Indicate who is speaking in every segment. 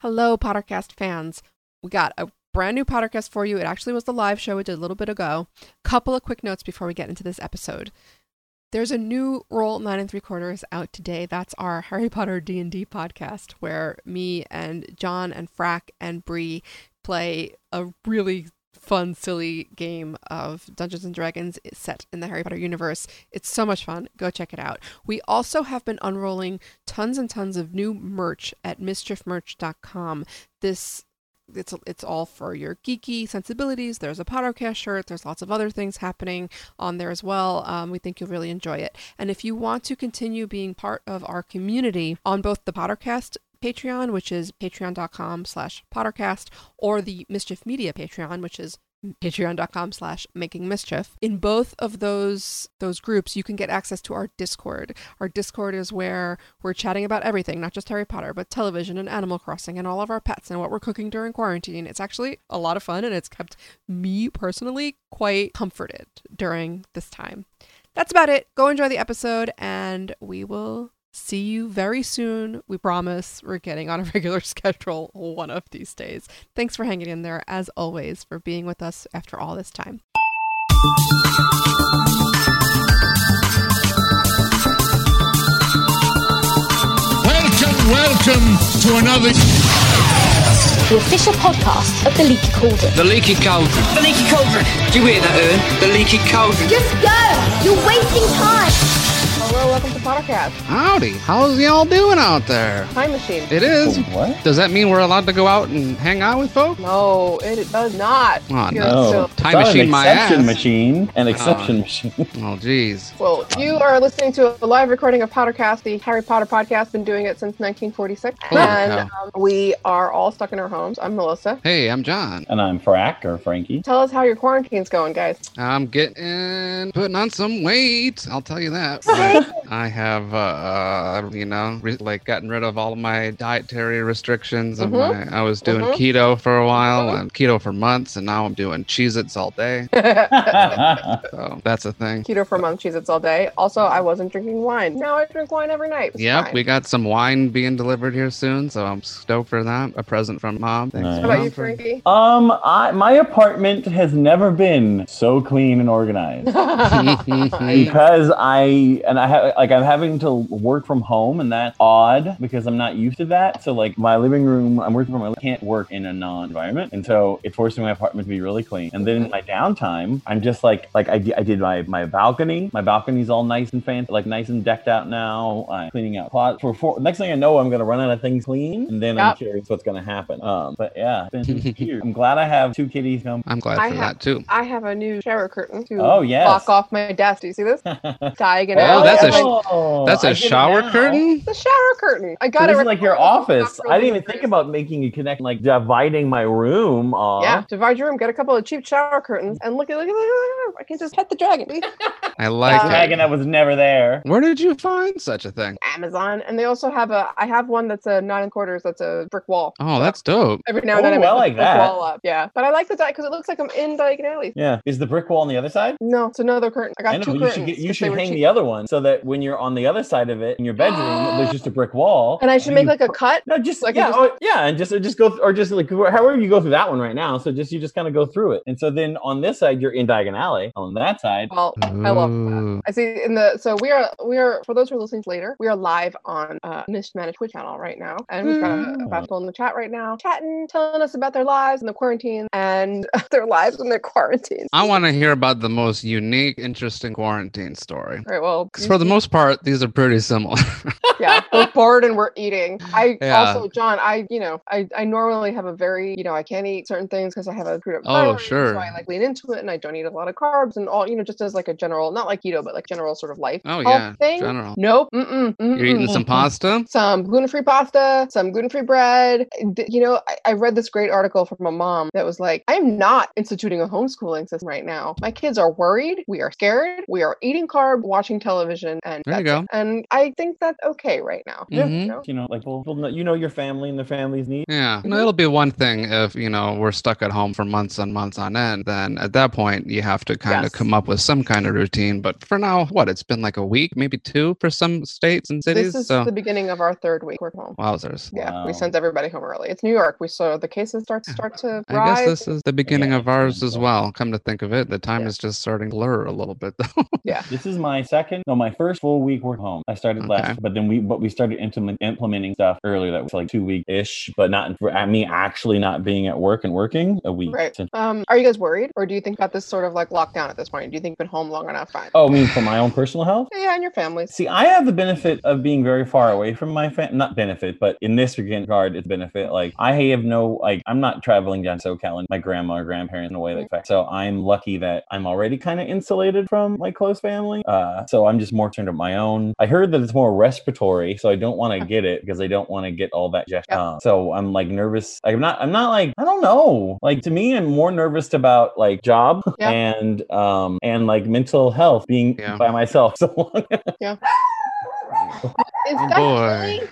Speaker 1: Hello, Pottercast fans. We got a brand new Pottercast for you. It actually was the live show we did a little bit ago. Couple of quick notes before we get into this episode. There's a new roll nine and three quarters out today. That's our Harry Potter D and D podcast, where me and John and Frack and Bree play a really fun, silly game of Dungeons and Dragons set in the Harry Potter universe. It's so much fun. Go check it out. We also have been unrolling tons and tons of new merch at mischiefmerch.com. This it's it's all for your geeky sensibilities. There's a Pottercast shirt. There's lots of other things happening on there as well. Um, we think you'll really enjoy it. And if you want to continue being part of our community on both the Pottercast Patreon, which is patreon.com slash pottercast, or the Mischief Media Patreon, which is patreon.com slash making mischief in both of those those groups you can get access to our discord our discord is where we're chatting about everything not just harry potter but television and animal crossing and all of our pets and what we're cooking during quarantine it's actually a lot of fun and it's kept me personally quite comforted during this time that's about it go enjoy the episode and we will see you very soon we promise we're getting on a regular schedule one of these days Thanks for hanging in there, as always, for being with us after all this time.
Speaker 2: Welcome, welcome to another.
Speaker 3: the official podcast of the Leaky Cauldron.
Speaker 4: The leaky cauldron. The leaky cauldron. Do you hear that, Ern? The leaky cauldron.
Speaker 3: Just go! You're wasting time!
Speaker 1: Hello, welcome to Pottercast
Speaker 5: Howdy, how's y'all doing out there?
Speaker 1: Time Machine.
Speaker 5: It is. What? Does that mean we're allowed to go out and hang out with folks?
Speaker 1: No, it does not.
Speaker 5: Oh,
Speaker 1: You're
Speaker 5: no.
Speaker 1: still-
Speaker 5: Time
Speaker 6: It's not
Speaker 5: machine,
Speaker 6: an
Speaker 5: my
Speaker 6: exception
Speaker 5: ass. Ah.
Speaker 6: machine, an exception machine.
Speaker 5: Oh, jeez.
Speaker 1: well, you are listening to a live recording of Pottercast, the Harry Potter podcast. Been doing it since 1946,
Speaker 5: Oh,
Speaker 1: and
Speaker 5: wow.
Speaker 1: um, we are all stuck in our homes. I'm Melissa.
Speaker 5: Hey, I'm John.
Speaker 6: And I'm Frack or Frankie.
Speaker 1: Tell us how your quarantine's going, guys.
Speaker 5: I'm getting putting on some weight. I'll tell you that. But I have, uh, uh, you know, re- like gotten rid of all of my dietary restrictions. and
Speaker 1: Mhm.
Speaker 5: my, I was doing
Speaker 1: Mhm.
Speaker 5: keto for a while
Speaker 1: Mhm.
Speaker 5: and keto for months, and now I'm doing Cheez-Its all day.
Speaker 6: That's
Speaker 5: So that's a thing.
Speaker 1: Keto for month cheez its all day. Also, I wasn't drinking wine. Now I drink wine every night. It's
Speaker 5: Yep,
Speaker 1: fine.
Speaker 5: we got some wine being delivered here soon, so I'm stoked for that. A present from mom. Thanks,
Speaker 6: Nice.
Speaker 1: How about
Speaker 5: Mom,
Speaker 1: you,
Speaker 5: for-
Speaker 1: Frankie?
Speaker 6: um, I, my apartment has never been so clean and organized
Speaker 5: Mm-hmm.
Speaker 6: because I and I have like I'm having to work from home and that's odd because I'm not used to that. So like my living room, I'm working from my can't work in a non-environment, and so it's forcing my apartment to be really clean. And then in my downtime, I'm just like like I, I did my my balcony. My balcony's all nice and fancy, like nice and decked out now. I'm cleaning out closets. For, for next thing I know, I'm gonna run out of things clean, and then
Speaker 1: Yep.
Speaker 6: I'm curious what's gonna happen. Um, but yeah, it's been weird. I'm glad I have two kitties. Now.
Speaker 5: I'm glad
Speaker 1: I
Speaker 5: for
Speaker 1: have-
Speaker 5: that too.
Speaker 1: I have a new shower curtain to
Speaker 6: Oh, yes.
Speaker 1: block off my desk. Do you see this? Diagonal.
Speaker 5: Oh, that's a sh-
Speaker 1: Like,
Speaker 5: That's
Speaker 6: a
Speaker 5: a shower curtain.
Speaker 1: the shower curtain. I
Speaker 6: So
Speaker 1: got
Speaker 6: this
Speaker 1: it.
Speaker 6: is like your
Speaker 1: recommended.
Speaker 6: office. I didn't even think about making a connect, like dividing my room. Aw.
Speaker 1: Yeah, divide your room. Get a couple of cheap shower curtains, and look at look at look at- look at- I can just pet the dragon. see?
Speaker 5: I like
Speaker 1: Yeah.
Speaker 5: it.
Speaker 6: Dragon that was never there.
Speaker 5: Where did you find such a thing?
Speaker 1: Amazon, and they also have a. I have one that's a nine and quarters. That's a brick wall.
Speaker 5: Oh, that's dope.
Speaker 1: Every now and then
Speaker 6: Ooh,
Speaker 1: I
Speaker 6: Oh, I
Speaker 1: make
Speaker 6: like
Speaker 1: the brick
Speaker 6: that.
Speaker 1: wall up. Yeah, but I like the because it looks like I'm in diagonally.
Speaker 6: Yeah. Is the brick wall on the other side?
Speaker 1: No, it's another curtain. I got
Speaker 6: I know.
Speaker 1: two
Speaker 6: You
Speaker 1: curtains.
Speaker 6: should, get,
Speaker 1: 'cause
Speaker 6: you
Speaker 1: they
Speaker 6: should
Speaker 1: were
Speaker 6: hang
Speaker 1: cheap.
Speaker 6: the other one so that when you're on the other side of it in your bedroom, there's just a brick wall.
Speaker 1: and I should make like a cut.
Speaker 6: no, just
Speaker 1: so I
Speaker 6: like
Speaker 1: can
Speaker 6: yeah,
Speaker 1: just-
Speaker 6: oh, yeah, and just just go or just like however you go through that one right now. So just you just kind of go through it, and so then on this side you're in diagon alley. On that side,
Speaker 1: Well, I love that.
Speaker 5: Ooh.
Speaker 1: I see in the so we are we are for those who are listening later, we are live on uh Mismanaged Twitch channel right now. And we've got
Speaker 6: Mm.
Speaker 1: a, about people in the chat right now chatting, telling us about their lives and the quarantine and their lives in their quarantine.
Speaker 5: I want to hear about the most unique, interesting quarantine story.
Speaker 1: All right, well
Speaker 5: 'Cause for the most part, these are pretty similar.
Speaker 1: yeah, we're bored and we're eating. I
Speaker 5: Yeah.
Speaker 1: also, John, I you know, I I normally have a very you know I can't eat certain things because I have a screwed up
Speaker 5: Oh,
Speaker 1: thyroid,
Speaker 5: sure.
Speaker 1: so I like lean into it and I don't eat a lot of carbs and all you know just as like a general not like keto but like general sort of life
Speaker 5: Oh,
Speaker 1: health
Speaker 5: yeah,
Speaker 1: thing.
Speaker 5: general.
Speaker 1: Nope, mm-mm, mm-mm.
Speaker 5: You're eating some pasta?
Speaker 1: some gluten-free pasta, some gluten-free bread. D- You know, I, I read this great article from a mom that was like, "I'm not instituting a homeschooling system right now. My kids are worried. We are scared. We are eating carb, watching television, television, and
Speaker 5: There you
Speaker 1: that's
Speaker 5: go.
Speaker 1: it. And I think that's okay right now.
Speaker 5: Mhm.
Speaker 1: You know?
Speaker 6: You know, like well, people know- you know your family and their family's needs.
Speaker 5: Yeah. No, it'll be one thing if, you know, we're stuck at home for months and months on end. Then at that point, you have to kind of
Speaker 1: Yes.
Speaker 5: come up with some kind of routine. But for now, what? It's been like a week, maybe two for some states and cities.
Speaker 1: This is
Speaker 5: So,
Speaker 1: the beginning of our third week. We're home.
Speaker 5: wowzers.
Speaker 1: Yeah,
Speaker 6: Wow.
Speaker 1: we sent everybody home early. It's New York. We saw the cases start start to
Speaker 5: I
Speaker 1: rise.
Speaker 5: guess this is the beginning
Speaker 6: Yeah,
Speaker 5: of ours
Speaker 6: sounds
Speaker 5: as
Speaker 6: like-
Speaker 5: well. Come to think of it, the time
Speaker 1: Yeah.
Speaker 5: is just starting to blur a little bit, though.
Speaker 6: This is my second, no, my first full week work home. I started
Speaker 5: Okay.
Speaker 6: last, but then we, but we started implement, implementing stuff earlier that was like two week ish, but not for I mean actually not being at work and working a week.
Speaker 1: Right.
Speaker 6: since-
Speaker 1: Um, are you guys worried, or do you think about this sort of like lockdown at this point? Do you think you've been home long enough? Fine.
Speaker 6: oh, I mean for my own personal health.
Speaker 1: Yeah, and your families.
Speaker 6: See, I have the benefit of being very far away from my family. Not benefit, but in this regard, it's benefit. Like, I have no, like, I'm not traveling down SoCal and my grandma or grandparents in a way that affects. So I'm lucky that I'm already kind of insulated from my close family. Uh, so I'm just more turned to my own. I heard that it's more respiratory, so I don't want to get it because I don't want to get all that. Just,
Speaker 1: Yep.
Speaker 6: uh, so I'm like nervous. Like, I'm not, I'm not like, I don't know. Like, to me, I'm more nervous about like job
Speaker 1: Yeah.
Speaker 6: and, um, and like mental health being
Speaker 5: Yeah.
Speaker 6: by myself so long.
Speaker 1: Is
Speaker 5: Oh,
Speaker 1: that
Speaker 5: boy.
Speaker 1: really-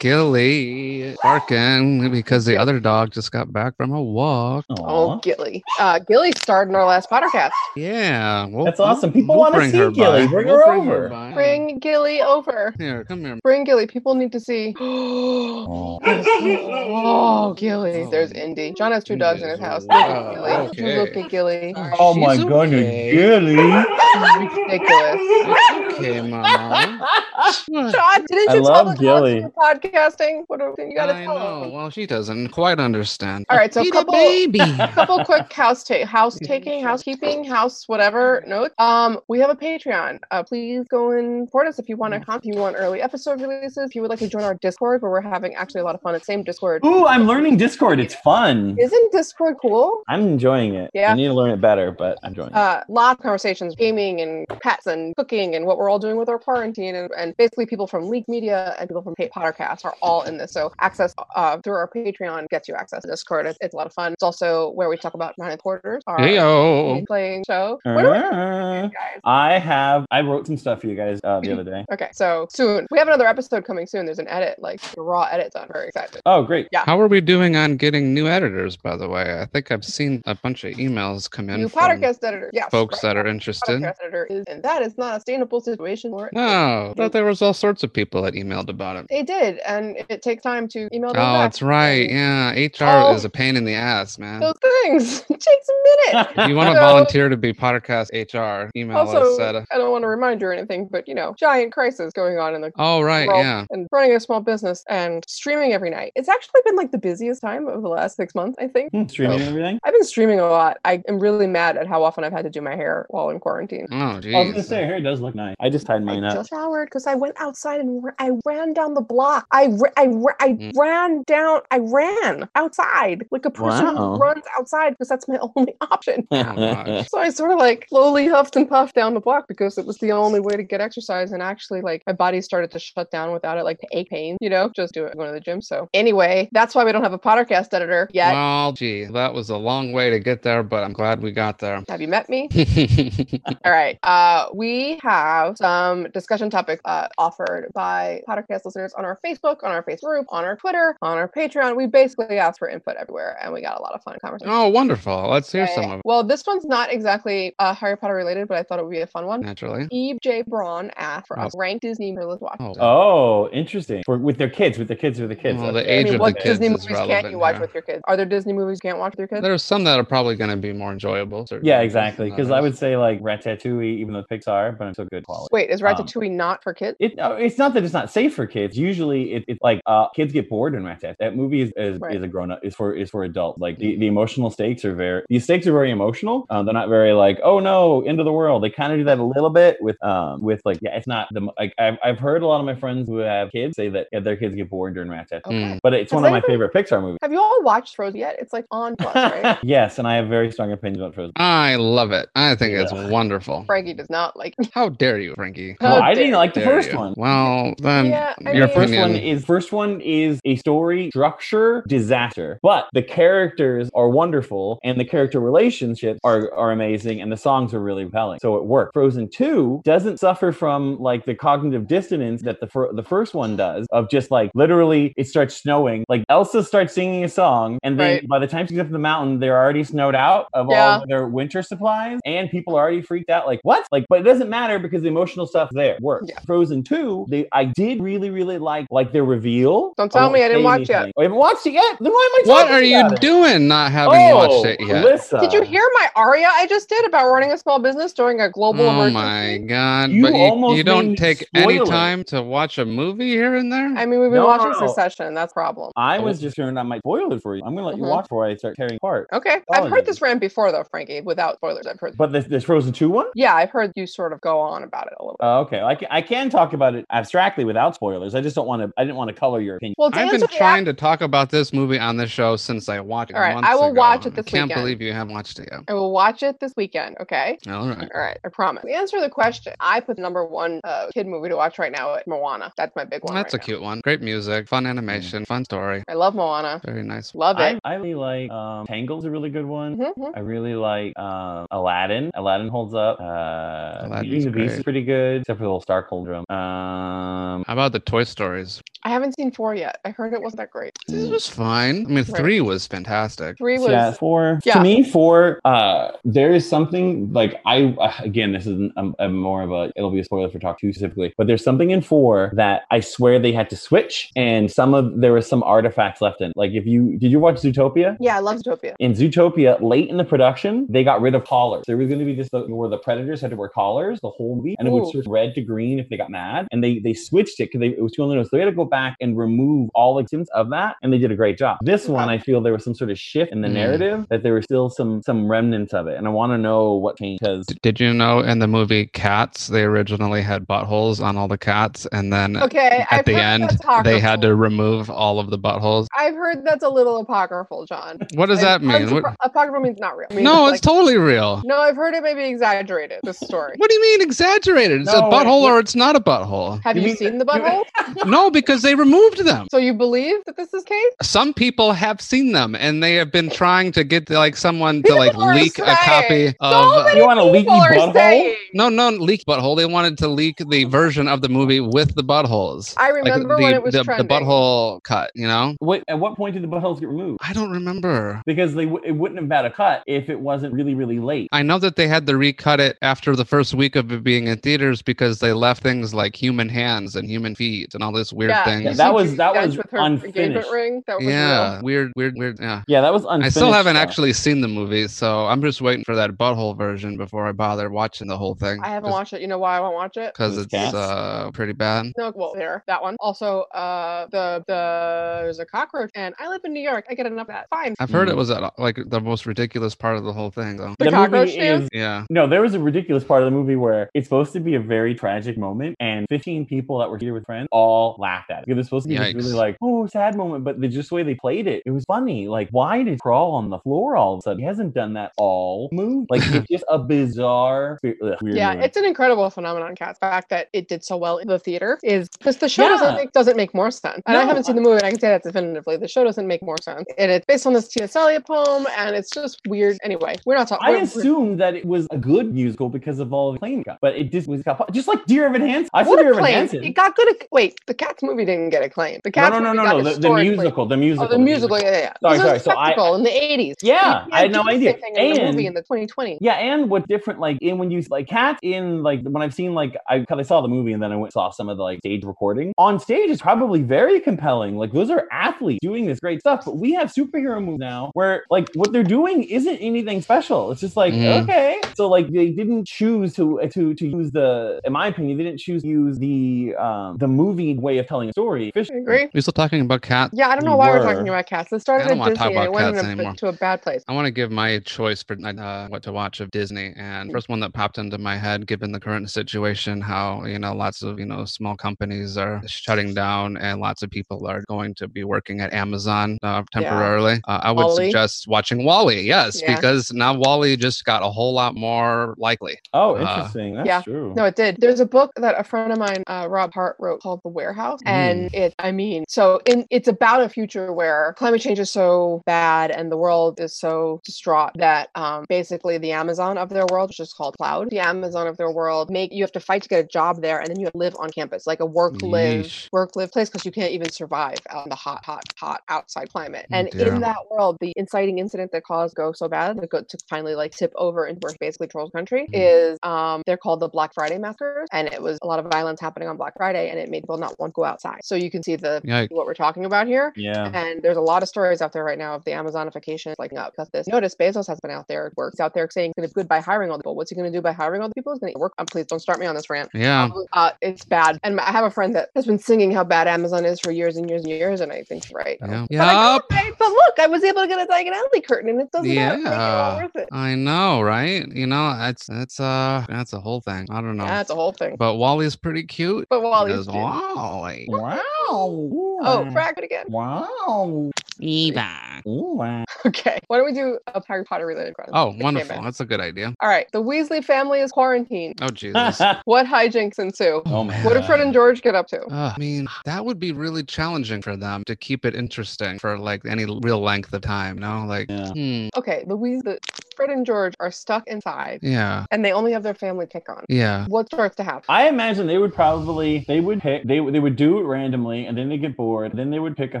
Speaker 5: Gilly barking because the other dog just got back from a walk.
Speaker 1: Oh, Gilly. Uh, Gilly starred in our last podcast.
Speaker 5: Yeah, well,
Speaker 6: That's awesome. People wanna see Gilly. Bring her over.
Speaker 5: by.
Speaker 1: Bring Gilly over.
Speaker 5: here, come here.
Speaker 1: Bring Gilly. People need to see.
Speaker 6: Oh.
Speaker 1: oh, Gilly.
Speaker 5: Oh.
Speaker 1: There's Indy. John has two dogs in his
Speaker 5: Indy is
Speaker 1: house. Look
Speaker 5: wow.
Speaker 1: at Gilly. Would you Look
Speaker 5: Okay.
Speaker 1: at Gilly.
Speaker 6: Oh my
Speaker 5: She's
Speaker 6: god,
Speaker 5: okay.
Speaker 6: Gilly.
Speaker 1: Ridiculous.
Speaker 5: It's okay, mama. What?
Speaker 1: John, didn't you
Speaker 6: I
Speaker 1: tell
Speaker 6: love
Speaker 1: the
Speaker 6: Gilly.
Speaker 1: dogs you were podcasting? What do you got to
Speaker 5: I
Speaker 1: tell
Speaker 5: know.
Speaker 1: them?
Speaker 5: Well, she doesn't quite understand.
Speaker 1: All right, so a
Speaker 5: Be the
Speaker 1: couple-
Speaker 5: baby.
Speaker 1: couple quick house ta- house taking, housekeeping, house whatever notes. Um, we have a Patreon. Uh, please go and support us if you want to. If you want early episode releases, if you would like to join our Discord, where we're having actually a lot of fun. It's same Discord.
Speaker 6: Ooh, I'm learning Discord. It's fun.
Speaker 1: Isn't Discord cool?
Speaker 6: I'm enjoying it.
Speaker 1: Yeah.
Speaker 6: I need to learn it better, but I'm enjoying it.
Speaker 1: Uh, lot of conversations, gaming and pets and cooking and what we're all doing with our quarantine. And, and basically, people from Leak Media and people from Hate Pottercast are all in this. So, access uh, through our Patreon gets you access to Discord. It's, it's a lot of fun. It's also where we talk about Nine and Quarters, our
Speaker 5: Heyo.
Speaker 1: playing show. Where do we
Speaker 6: Uh,
Speaker 1: guys?
Speaker 6: I have. I wrote some stuff for you guys uh, the other day.
Speaker 1: Okay, so soon we have another episode coming soon. There's an edit, like the raw edit done. Very excited.
Speaker 6: Oh, great.
Speaker 5: How are we doing on getting new editors, by the way? I think I've seen a bunch of emails come in
Speaker 1: New
Speaker 5: from
Speaker 1: podcast editor, yes,
Speaker 5: folks
Speaker 1: right.
Speaker 5: that are interested.
Speaker 1: podcast editor is, and that is not a sustainable situation. Where
Speaker 5: No, I thought there was all sorts of people that emailed about it.
Speaker 1: they did, and it takes time to email. Them
Speaker 5: Oh,
Speaker 1: back.
Speaker 5: that's right. Yeah, HR
Speaker 1: Oh.
Speaker 5: is a pain in the ass, man.
Speaker 1: Those things it takes a minute.
Speaker 5: If you want to
Speaker 1: So-
Speaker 5: volunteer to be podcast HR, email
Speaker 1: also,
Speaker 5: us at. A-
Speaker 1: I don't want to remind you or anything, but you know, giant crisis going on in the
Speaker 5: oh, right.
Speaker 1: world
Speaker 5: Yeah.
Speaker 1: and running a small business and streaming every night. It's actually been like the busiest time of the last six months, I think.
Speaker 6: Hmm,
Speaker 5: Oh,
Speaker 6: streaming and everything.
Speaker 1: I've been streaming a lot. I am really mad at how often I've had to do my hair while in quarantine.
Speaker 5: Oh,
Speaker 6: I was gonna
Speaker 5: geez.
Speaker 6: say, her hair does look nice. I just tied
Speaker 1: I
Speaker 6: mine up.
Speaker 1: just showered because I went outside and ra- I ran down the block. I ra- I, ra- I
Speaker 5: Mm.
Speaker 1: ran down. I ran outside like a person
Speaker 6: Wow.
Speaker 1: who runs outside because that's my only option.
Speaker 5: Oh, gosh.
Speaker 1: So I sort of like slowly huffed and puffed down the block because it was the only way to get exercise. And actually, like my body started to shut down without it, like the ache pain, you know, just do it going to the gym. So anyway, that's why we don't have a podcast editor yet.
Speaker 5: Well, gee, that was a long way to get there, but I'm glad we got there.
Speaker 1: Have you met me?
Speaker 5: That's
Speaker 1: All right. Uh, we have some discussion topics uh, offered by podcast listeners on our Facebook, on our Facebook group, on our Twitter, on our Patreon. We basically asked for input everywhere, and we got a lot of fun conversations.
Speaker 5: oh, wonderful. Let's hear some of it,
Speaker 1: Well, this one's not exactly uh, Harry Potter related, but I thought it would be a fun one.
Speaker 5: naturally.
Speaker 1: Eve J. Braun asked for us rank Disney movies watch.
Speaker 5: Oh,
Speaker 6: Oh, interesting. For, with their kids, with their kids, with their kids.
Speaker 5: Well,
Speaker 6: That's
Speaker 5: the
Speaker 1: I
Speaker 5: age
Speaker 1: mean,
Speaker 5: of
Speaker 1: what
Speaker 5: the kids
Speaker 1: Disney
Speaker 5: is
Speaker 1: movies can't
Speaker 5: relevant
Speaker 1: you watch
Speaker 5: here.
Speaker 1: with your kids? Are there Disney movies you can't watch with your kids?
Speaker 5: there's some that are probably going to be more enjoyable. certainly,
Speaker 6: Yeah,
Speaker 5: than
Speaker 6: exactly. Because I
Speaker 5: others.
Speaker 6: would say like Ratatouille, even though Pixar, but it's still good quality.
Speaker 1: Wait, is
Speaker 6: um,
Speaker 1: Ratatouille not for kids?
Speaker 6: It, uh, it's not that it's not safe for kids. Usually, it, it's like uh, kids get bored in Ratchet. That movie is is,
Speaker 1: Right.
Speaker 6: is a grown up is for is for adults. Like the, the emotional stakes are very the stakes are very emotional. Uh, they're not very like oh no end of the world. They kind of do that a little bit with um with like yeah it's not the mo- like I've, I've heard a lot of my friends who have kids say that yeah, their kids get bored during Ratchet.
Speaker 1: Okay.
Speaker 5: Mm.
Speaker 6: But it's
Speaker 1: Has
Speaker 6: one of my
Speaker 1: anybody-
Speaker 6: favorite Pixar movies.
Speaker 1: Have you all watched Frozen yet? It's like on Plus, right?
Speaker 6: yes, and I have very strong opinions about Frozen.
Speaker 5: I love it. I think it's
Speaker 6: Yeah.
Speaker 5: wonderful.
Speaker 1: Frankie does not like
Speaker 5: How dare you? Frankie.
Speaker 1: Oh,
Speaker 6: No, I didn't
Speaker 1: dear.
Speaker 6: like the
Speaker 5: Dare
Speaker 6: first
Speaker 5: you.
Speaker 6: one.
Speaker 5: Well, then
Speaker 1: Yeah, I
Speaker 5: your
Speaker 1: mean-
Speaker 6: First one
Speaker 5: opinion.
Speaker 6: is first one is a story structure disaster, but the characters are wonderful and the character relationships are, are amazing and the songs are really compelling, so it worked. Frozen Two doesn't suffer from like the cognitive dissonance that the fir- the first one does of just like literally it starts snowing, like Elsa starts singing a song and then
Speaker 1: Right.
Speaker 6: by the time she's up in the mountain they're already snowed out of
Speaker 1: Yeah.
Speaker 6: all their winter supplies and people are already freaked out like what like but it doesn't matter because the emotional stuff there works.
Speaker 1: Yeah.
Speaker 6: Frozen Two, they I did really really like like their reveal.
Speaker 1: Don't tell
Speaker 6: won't
Speaker 1: me I didn't
Speaker 6: say
Speaker 1: watch yet.
Speaker 6: anything. Oh, you haven't watched it yet. Then why am I?
Speaker 5: What
Speaker 6: talking
Speaker 5: are you
Speaker 6: about it?
Speaker 5: doing not having
Speaker 6: Oh,
Speaker 5: watched it yet?
Speaker 6: Alyssa,
Speaker 1: Did you
Speaker 5: uh,
Speaker 1: hear my aria I just did about running a small business during a global
Speaker 5: Oh
Speaker 1: emergency?
Speaker 5: my god!
Speaker 6: You
Speaker 5: but you,
Speaker 6: almost
Speaker 5: you
Speaker 6: made me
Speaker 5: don't take any
Speaker 6: spoil it.
Speaker 5: time to watch a movie here and there.
Speaker 1: I mean, we've been
Speaker 6: No,
Speaker 1: watching
Speaker 6: no, no.
Speaker 1: Succession. That's a problem.
Speaker 6: I was just hearing I might spoil it for you. I'm gonna let you
Speaker 1: Mhm.
Speaker 6: watch before I start tearing apart.
Speaker 1: Okay, I've
Speaker 6: Apologies.
Speaker 1: heard this rant before though, Frankie. Without spoilers, I've heard.
Speaker 6: Oh, But this, this Frozen Two one.
Speaker 1: yeah, I've heard you sort of go on about it a little bit.
Speaker 6: Uh, okay, I can, I can talk about it abstractly without spoilers. I just don't want to. I didn't want to color your opinion.
Speaker 1: Well,
Speaker 5: I've
Speaker 1: Dan's
Speaker 5: been
Speaker 1: react-
Speaker 5: trying to talk about this movie on this show since I watched it.
Speaker 1: All right,
Speaker 5: months
Speaker 1: I will
Speaker 5: ago.
Speaker 1: watch it this
Speaker 5: I can't
Speaker 1: weekend.
Speaker 5: believe you haven't watched it yet.
Speaker 1: I will watch it this weekend. Okay.
Speaker 5: All right.
Speaker 1: All right, I promise. To answer the question, I put the number one uh, kid movie to watch right now at Moana. That's my big one.
Speaker 5: That's
Speaker 1: right
Speaker 5: a
Speaker 1: now.
Speaker 5: cute one. Great music, fun animation, fun story.
Speaker 1: I love Moana.
Speaker 5: Very nice.
Speaker 1: Love
Speaker 6: I,
Speaker 1: it.
Speaker 6: I really like um, Tangle's a really good one.
Speaker 1: Mhm, mhm.
Speaker 6: I really like um, Aladdin. Aladdin holds up. Uh, Beauty
Speaker 5: Aladdin's
Speaker 6: and the Beast is
Speaker 5: great.
Speaker 6: pretty good, except for the little Star Conundrum. Um,
Speaker 5: How about the Toy Stories?
Speaker 1: I haven't seen four yet. I heard it wasn't that great.
Speaker 5: This was fine. I mean,
Speaker 1: Right.
Speaker 5: three was fantastic.
Speaker 1: Three was
Speaker 6: yeah, four.
Speaker 1: Yeah.
Speaker 6: To me, four. Uh, there is something like I uh, again. This is um a more of a. It'll be a spoiler for talk two specifically, but there's something in four that I swear they had to switch, and some of there was some artifacts left in. Like if you did you watch Zootopia?
Speaker 1: yeah, I love Zootopia.
Speaker 6: in Zootopia, late in the production, they got rid of collars. There was going to be just the, where the predators had to wear collars the whole movie, and it
Speaker 1: Ooh.
Speaker 6: would switch red to green if they got mad. And they they switched it because it was too on So they had to go back and remove all existence of that, and they did a great job. This one, I feel there was some sort of shift in the
Speaker 5: Mm.
Speaker 6: narrative that there were still some some remnants of it, and I want to know what changed because.
Speaker 5: D- did you know in the movie Cats, they originally had buttholes on all the cats, and then
Speaker 1: Okay,
Speaker 5: at
Speaker 1: I've
Speaker 5: the
Speaker 1: heard
Speaker 5: end,
Speaker 1: that's
Speaker 5: they had
Speaker 1: apocryphal.
Speaker 5: to remove all of the buttholes.
Speaker 1: I've heard that's a little apocryphal, John.
Speaker 5: What does that
Speaker 1: And
Speaker 5: mean?
Speaker 1: unsupra-
Speaker 5: What-
Speaker 1: apocryphal means not real. It means
Speaker 5: no,
Speaker 1: like-
Speaker 5: it's totally real.
Speaker 1: no. I've heard it may be exaggerated. This story.
Speaker 5: What do you mean exaggerated? It's a
Speaker 6: No, wait,
Speaker 5: butthole
Speaker 6: what-
Speaker 5: or it's not a butthole.
Speaker 1: Have
Speaker 6: You
Speaker 1: you
Speaker 6: mean-
Speaker 1: seen the butthole?
Speaker 5: no, because they removed them.
Speaker 1: So you believe that this is Kate?
Speaker 5: Some people have seen them and they have been trying to get like someone to
Speaker 1: People
Speaker 5: like
Speaker 1: are
Speaker 5: leak a
Speaker 1: saying-
Speaker 5: copy
Speaker 1: so
Speaker 5: of uh,
Speaker 1: many
Speaker 6: You want a leaky
Speaker 1: people are
Speaker 6: butthole?
Speaker 1: saying.
Speaker 5: No, no, leak butthole. They wanted to leak the version of the movie with the buttholes.
Speaker 1: I remember
Speaker 5: the,
Speaker 1: when it was
Speaker 5: the, the
Speaker 1: trending.
Speaker 5: butthole cut, you know?
Speaker 6: What, at what point did the buttholes get removed?
Speaker 5: I don't remember.
Speaker 6: Because they w- it wouldn't have had a cut if it wasn't really really late.
Speaker 5: I know that they had to recut it after the first week of it being in theaters because they left things like human hands and human feet and all this weird
Speaker 1: Yeah,
Speaker 5: things.
Speaker 6: that was- that
Speaker 1: Dance
Speaker 6: was
Speaker 1: with her engagement
Speaker 6: unfinished.
Speaker 1: ring. That was
Speaker 5: yeah,
Speaker 1: real.
Speaker 5: weird, weird, weird. Yeah.
Speaker 6: Yeah, that was
Speaker 5: I
Speaker 6: unfinished.
Speaker 5: still haven't
Speaker 6: stuff.
Speaker 5: actually seen the movie, so I'm just waiting for that butthole version before I bother watching the whole thing.
Speaker 1: I haven't watched it. You know why I won't watch it?
Speaker 5: because
Speaker 6: Those
Speaker 5: it's
Speaker 6: cats?
Speaker 5: uh, pretty bad.
Speaker 1: No, well, there, that one. Also, uh, the the there's a cockroach, and I live in New York. I get enough of that. Fine.
Speaker 5: I've heard
Speaker 6: Mm.
Speaker 5: it was at, like the most ridiculous part of the whole thing, though.
Speaker 1: The
Speaker 6: The
Speaker 1: cockroach
Speaker 6: movie
Speaker 1: dance?
Speaker 6: is
Speaker 5: Yeah.
Speaker 6: No, there was a ridiculous part of the movie where it's supposed to be a very tragic moment, and 15 people that were here with friends all laughed at it. It was supposed to be this
Speaker 5: Yikes.
Speaker 6: really like, oh, sad moment, but the just the way they played it, it was funny. Like, why did he crawl on the floor all of a sudden? He hasn't done that all move. Like, it's just a bizarre, weird
Speaker 1: Yeah,
Speaker 6: movie.
Speaker 1: it's an incredible phenomenon, Cat. The fact that it did so well in the theater is because the show doesn't
Speaker 6: Yeah.
Speaker 1: make, doesn't make more sense. And I
Speaker 6: No,
Speaker 1: haven't seen the movie, and I can say that definitively. The show doesn't make more sense, and it's based on this T.S. Eliot poem, and it's just weird. Anyway, we're not talking.
Speaker 6: I assumed that it was a good musical because of all the acclaim it got, but it just was just like Dear Evan Hansen. I saw
Speaker 1: What
Speaker 6: Dear
Speaker 1: a
Speaker 6: Evan
Speaker 1: claim!
Speaker 6: Hansen.
Speaker 1: It got good. acc- Wait, the Cats movie didn't get acclaimed. The
Speaker 6: No,
Speaker 1: Cats
Speaker 6: no, no,
Speaker 1: movie
Speaker 6: no,
Speaker 1: got
Speaker 6: no. The, the
Speaker 1: historic acclaim.
Speaker 6: musical, the musical,
Speaker 1: Oh, the musical, yeah, yeah, yeah. This
Speaker 6: Sorry,
Speaker 1: was
Speaker 6: sorry,
Speaker 1: a
Speaker 6: so I-
Speaker 1: spectacle in the 80s.
Speaker 6: Yeah,
Speaker 1: You
Speaker 6: I had
Speaker 1: can't
Speaker 6: no
Speaker 1: do the
Speaker 6: idea.
Speaker 1: same thing in the movie
Speaker 6: And-
Speaker 1: in the 2020.
Speaker 6: Yeah, and what different like in when you like cats in like when I've seen like I because I saw the movie and then I went saw some of the like stage recording on stage is probably very compelling. Like those are athletes doing this great stuff, but we have superhero movies now where like what they're doing isn't anything special. It's just like
Speaker 5: Mhm.
Speaker 6: okay, so like they didn't choose to to to use the in my opinion they didn't choose to use the uh, um, the movie way of telling a story. Fish-
Speaker 1: I agree.
Speaker 5: We still talking about cats?
Speaker 1: Yeah, I don't know
Speaker 6: We
Speaker 1: why we're
Speaker 6: were.
Speaker 1: talking about cats. This
Speaker 5: I
Speaker 1: started
Speaker 5: don't
Speaker 1: at
Speaker 5: wanna talk
Speaker 1: Disney and it
Speaker 5: about
Speaker 1: went
Speaker 5: cats
Speaker 1: in a,
Speaker 5: anymore.
Speaker 1: to a bad place.
Speaker 5: I want to give my choice for uh, what to watch of Disney, and
Speaker 1: Mm.
Speaker 5: first one that popped into my head, given the current situation, how you know lots of you know small companies are shutting down, and lots of people are going to be working at Amazon uh, temporarily. Uh, I would
Speaker 1: Wall-E?
Speaker 5: suggest watching Wally, yes,
Speaker 1: Yeah.
Speaker 5: because now Wally just got a whole lot more likely.
Speaker 6: Oh,
Speaker 5: Uh,
Speaker 6: interesting. That's
Speaker 1: yeah.
Speaker 6: true.
Speaker 1: No, it did. There's a book that a friend of mine, uh, Rob Hart, wrote called The Warehouse, and it. I mean, so in, it's about a future where climate change is so bad and the world is so distraught that um, basically the Amazon of their world, which is called cloud, the Amazon of their world, make you have to fight to get a job there, and then you live on campus, like a work live
Speaker 5: Yeesh.
Speaker 1: work live place because you can't even survive out in the hot, hot, hot outside climate.
Speaker 5: Oh,
Speaker 1: And
Speaker 5: dear.
Speaker 1: in that world, the inciting incident that caused Go so bad, that go to finally like tip over into where basically trolls country, is um, they're called the Black Friday massacres, and it was a lot of violence happening on Black Friday, and it made people not want to go outside. So you can see the
Speaker 5: Yikes.
Speaker 1: what we're talking about here.
Speaker 6: Yeah.
Speaker 1: And there's a lot of stories out there right now of the Amazonification, like up because this. Notice Bezos has been out there, works out there saying he's good by hiring all the people. What's he going to do by hiring all the people? He's going to work. Um, please don't start me on this rant.
Speaker 5: Yeah,
Speaker 1: Uh, it's bad. And I have a friend that has been singing how bad Amazon is for years and years and years, and I think she's right.
Speaker 5: yeah,
Speaker 1: But, I
Speaker 5: Yup.
Speaker 1: couldn't, right? but look, I was able to get a Diagon Alley curtain, and it doesn't matter. Make it all
Speaker 5: Yeah.
Speaker 1: worth it.
Speaker 5: I know, right? You know, that's that's uh that's a whole thing. I don't know,
Speaker 1: That's a whole thing.
Speaker 5: but Wally's pretty cute.
Speaker 1: But Wally's
Speaker 5: Because Wally.
Speaker 6: Wow.
Speaker 1: Oh, brag it again.
Speaker 6: Wow.
Speaker 5: Eva.
Speaker 6: Wow.
Speaker 1: Okay. Why don't we do a Harry Potter related question?
Speaker 5: Oh,
Speaker 1: It came
Speaker 5: wonderful.
Speaker 1: in.
Speaker 5: That's a good idea.
Speaker 1: All right. The Weasley family is quarantined.
Speaker 5: Oh, Jesus.
Speaker 1: What hijinks ensue?
Speaker 6: Oh, man.
Speaker 1: What do Fred and George get up to?
Speaker 5: Ugh, I mean, that would be really challenging for them to keep it interesting for like any l- real length of time, no? Like,
Speaker 6: Yeah.
Speaker 5: hmm,
Speaker 1: Okay. The Weasley, Fred and George are stuck inside,
Speaker 5: yeah,
Speaker 1: and they only have their family pick on.
Speaker 5: yeah.
Speaker 1: What starts to happen?
Speaker 6: I imagine they would probably they would pick they would- they would do it randomly and then they get bored then they would pick a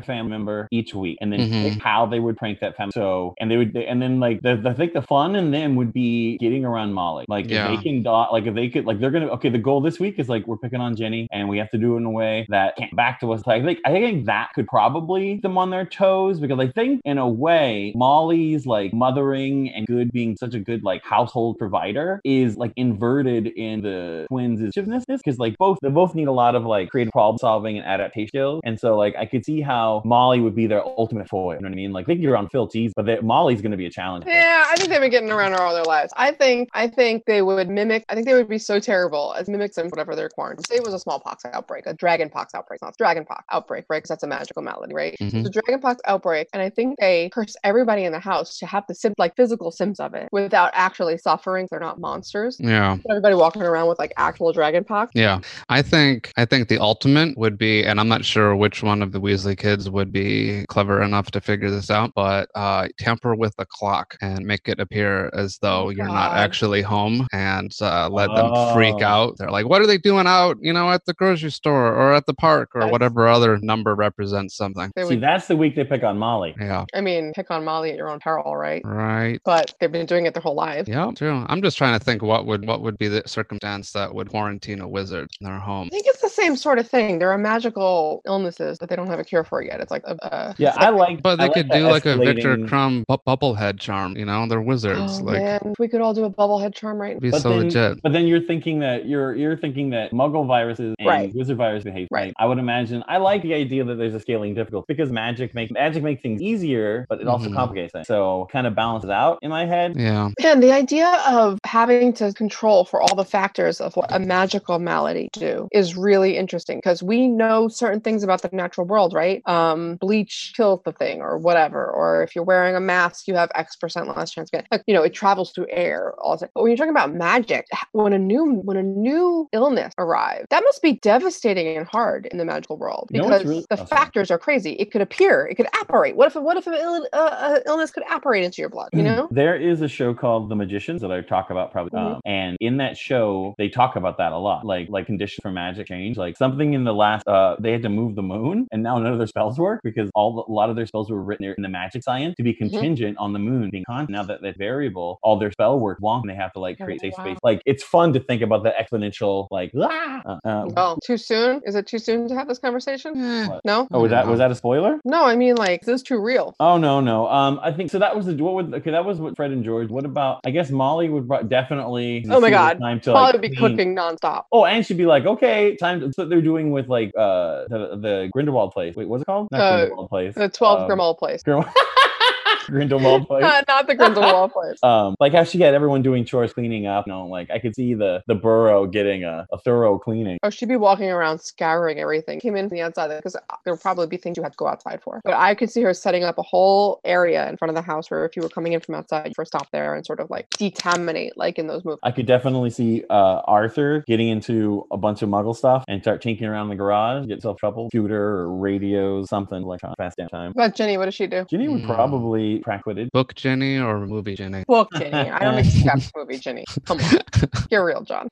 Speaker 6: family member each week and then
Speaker 5: Mhm.
Speaker 6: pick how they would prank that family so and they would and then like the, the- I think the fun in them would be getting around Molly like
Speaker 5: Yeah.
Speaker 6: if they can do- like if they could like they're gonna okay the goal this week is like we're picking on Jenny and we have to do it in a way that can't back to us like I think I think that could probably keep them on their toes because I think in a way Molly's like mothering and good being such a good like household provider is like inverted in the twins' shiftness because like both they both need a lot of like creative problem solving and adaptation skills. And so like I could see how Molly would be their ultimate foil. You know what I mean? Like they can get around Filties, but that Molly's gonna be a challenge.
Speaker 1: Yeah, I think they've been getting around her all their lives. I think I think they would mimic. I think they would be so terrible as mimics in whatever their quarantine. Say it was a smallpox outbreak, a dragon pox outbreak, not dragon pox outbreak, right? Because that's a magical malady, right?
Speaker 5: Mhm.
Speaker 1: The dragon pox outbreak, and I think they curse everybody in the house to have the sim- like physical symptoms of it without actually suffering. They're not monsters.
Speaker 5: Yeah,
Speaker 1: Everybody walking around with like actual dragon pox.
Speaker 5: yeah. I think I think the ultimate would be, and I'm not sure which one of the Weasley kids would be clever enough to figure this out, but uh, tamper with the clock and make it appear as though you're not
Speaker 1: Oh God.
Speaker 5: actually home, and uh, let them freak
Speaker 6: Oh.
Speaker 5: out. They're like, "What are they doing out? You know, at the grocery store or at the park or
Speaker 1: That's-
Speaker 5: whatever other number represents something."
Speaker 1: They
Speaker 6: See,
Speaker 1: would.
Speaker 6: that's the week they pick on Molly.
Speaker 5: Yeah.
Speaker 1: I mean, pick on Molly at your own peril, right?
Speaker 5: Right.
Speaker 1: But they've been doing it their whole lives.
Speaker 5: Yeah, true. I'm just trying to think what would what would be the circumstance that would quarantine a wizard in their home.
Speaker 1: I think it's the same sort of thing. There are magical illnesses that they don't have a cure for yet. It's like a, a
Speaker 6: Yeah, I like
Speaker 5: But they
Speaker 6: I
Speaker 5: could
Speaker 6: that
Speaker 5: do like a Victor
Speaker 6: escalating-
Speaker 5: Crumb bu- bubblehead charm. You know, they're wizards.
Speaker 1: Oh,
Speaker 5: like,
Speaker 1: man, if we could all do a bubblehead charm right
Speaker 5: it'd
Speaker 1: now.
Speaker 5: be so
Speaker 6: then,
Speaker 5: legit.
Speaker 6: But then you're thinking that you're you're thinking that Muggle viruses and
Speaker 1: Right.
Speaker 6: wizard viruses behave.
Speaker 1: Right.
Speaker 6: like, I would imagine. I like the idea that there's a scaling difficulty because magic makes magic makes things easier, but it also
Speaker 5: Mhm.
Speaker 6: complicates things. So kind of balances out in my head.
Speaker 5: Yeah.
Speaker 1: Man, the idea of having to control for all the factors of what a magical malady do is really interesting because we know certain things about the natural world, right? Um, bleach kills the thing or whatever, or if you're wearing a mask, you have X percent less chance to get. Like, you know, it travels through air. All that. But when you're talking about magic, when a new when a new illness arrives, that must be devastating and hard in the magical world
Speaker 6: You know what's
Speaker 1: because
Speaker 6: really-
Speaker 1: the
Speaker 6: oh, sorry.
Speaker 1: factors are crazy. It could appear, it could apparate. What if what if an Ill, uh, uh, illness could apparate into your blood? You know.
Speaker 6: Hmm. there is a show called The Magicians that I talk about probably,
Speaker 1: Mhm.
Speaker 6: um, and in that show they talk about that a lot, like like conditions for magic change, like something in the last uh, they had to move the moon, and now none of their spells work because all the, a lot of their spells were written in the magic science to be
Speaker 1: Mm-hmm.
Speaker 6: contingent on the moon being con. Now that that variable, all their spell work wonk, and they have to like
Speaker 1: Oh,
Speaker 6: create safe
Speaker 1: wow.
Speaker 6: space. Like it's fun to think about the exponential, like ah. uh, uh,
Speaker 1: Oh, too soon? Is it too soon to have this conversation?
Speaker 5: Eh,
Speaker 6: What?
Speaker 1: No,
Speaker 6: oh, was that was that a spoiler?
Speaker 1: no. I mean, like, this is too real.
Speaker 6: Oh no no um I think so that was the what was okay that was what Fred and George. What about? I guess Molly would pro- definitely.
Speaker 1: Oh my
Speaker 6: see the
Speaker 1: God.
Speaker 6: Time to
Speaker 1: Probably
Speaker 6: like,
Speaker 1: would be
Speaker 6: clean-
Speaker 1: cooking nonstop.
Speaker 6: Oh, and she'd be like, okay, time. To, that's what they're doing with like uh the the Grindelwald place. Wait, what's it called? Not
Speaker 1: Uh,
Speaker 6: Grindelwald place.
Speaker 1: The 12
Speaker 6: um,
Speaker 1: Grimald place.
Speaker 6: Grim- Grindelwald place.
Speaker 1: Not, not the Grindelwald place.
Speaker 6: um, like how she had everyone doing chores, cleaning up. You know, like I could see the the burrow getting a, a thorough cleaning.
Speaker 1: Oh, she'd be walking around scouring everything. Came in from the outside because there would probably be things you had to go outside for. But I could see her setting up a whole area in front of the house where if you were coming in from outside, you first stop there and sort of like decontaminate, like in those movies.
Speaker 6: I could definitely see uh, Arthur getting into a bunch of Muggle stuff and start tinkering around in the garage, get himself trouble, computer or radio, something like fast down time.
Speaker 1: But Jenny, what does she do?
Speaker 6: Ginny would
Speaker 5: Hmm.
Speaker 6: probably crack witted.
Speaker 5: Book Jenny or movie Jenny?
Speaker 1: Book Jenny. I don't expect movie Jenny. Come on, you're real, John.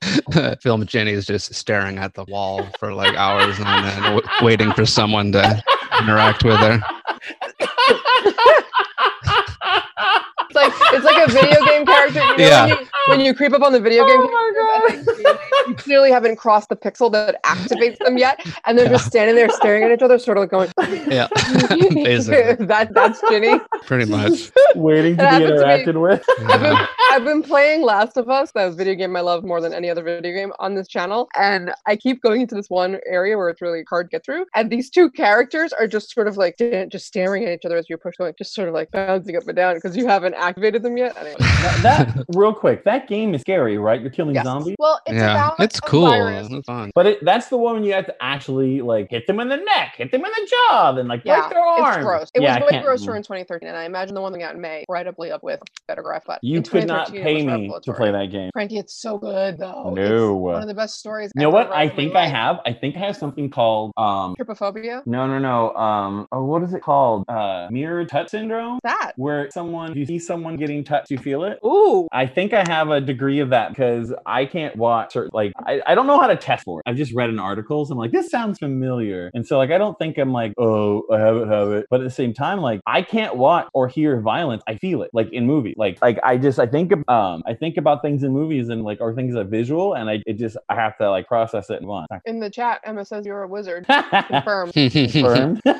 Speaker 5: Film Jenny is just staring at the wall for like hours on end, w- waiting for someone to interact with her.
Speaker 1: It's like it's like a video game character. You know,
Speaker 5: Yeah.
Speaker 1: when, you, when you creep up on the video game, characters and they- you clearly haven't crossed the pixel that activates them yet, and they're just standing there staring at each other, sort of going.
Speaker 5: Yeah, basically,
Speaker 1: that that's Ginny.
Speaker 5: pretty much.
Speaker 6: Waiting to
Speaker 1: That
Speaker 6: be
Speaker 1: happened to me.
Speaker 6: interacted with.
Speaker 1: I've been,
Speaker 5: Yeah.
Speaker 1: I've been playing Last of Us, the video game I love more than any other video game on this channel, and I keep going into this one area where it's really hard to get through, and these two characters are just sort of like sta- just staring at each other as you approach, going just sort of like bouncing up and down because you haven't activated them yet. Anyway.
Speaker 6: That, that- real quick, that game is scary, right? You're killing
Speaker 1: Yes.
Speaker 6: zombies.
Speaker 1: Well, it's
Speaker 5: yeah,
Speaker 1: about
Speaker 5: it's
Speaker 1: a
Speaker 5: cool.
Speaker 1: virus.
Speaker 5: It's fun.
Speaker 6: But it, that's the one you have to actually like hit them in the neck, hit them in the jaw, then like
Speaker 1: Yeah,
Speaker 6: break their arm.
Speaker 1: it's gross. It
Speaker 6: Yeah, I
Speaker 1: was way
Speaker 6: can't-
Speaker 1: grosser in 2013, and I imagine the one that got in May, right up up with Better Graph. But
Speaker 6: You
Speaker 1: in
Speaker 6: could not
Speaker 1: 2013, it
Speaker 6: pay
Speaker 1: was
Speaker 6: me to
Speaker 1: revelatory.
Speaker 6: play that game.
Speaker 1: Frankie, it's so good though. It's
Speaker 6: No.
Speaker 1: one of the best stories.
Speaker 6: You know
Speaker 1: ever
Speaker 6: what?
Speaker 1: written
Speaker 6: I
Speaker 1: in my
Speaker 6: think I
Speaker 1: life.
Speaker 6: have. I think I have something called um.
Speaker 1: trypophobia.
Speaker 6: No, no, no. Um. Oh, what is it called? Uh, mirror touch syndrome,
Speaker 1: That.
Speaker 6: where someone you see someone getting touched, you feel it.
Speaker 1: Ooh.
Speaker 6: I think I have a degree of that because I can't watch certain like I, I don't know how to test for it. I've just read an article, so I'm like, this sounds familiar. And so like I don't think I'm like, oh, I have it, have it. But at the same time, like I can't watch or hear violence. I feel it like in movies. Like like I just I think um I think about things in movies and like or things that visual and I it just I have to like process it and watch.
Speaker 1: In the chat, Emma says you're a wizard. Confirmed.
Speaker 5: yeah,
Speaker 6: Confirmed.
Speaker 1: so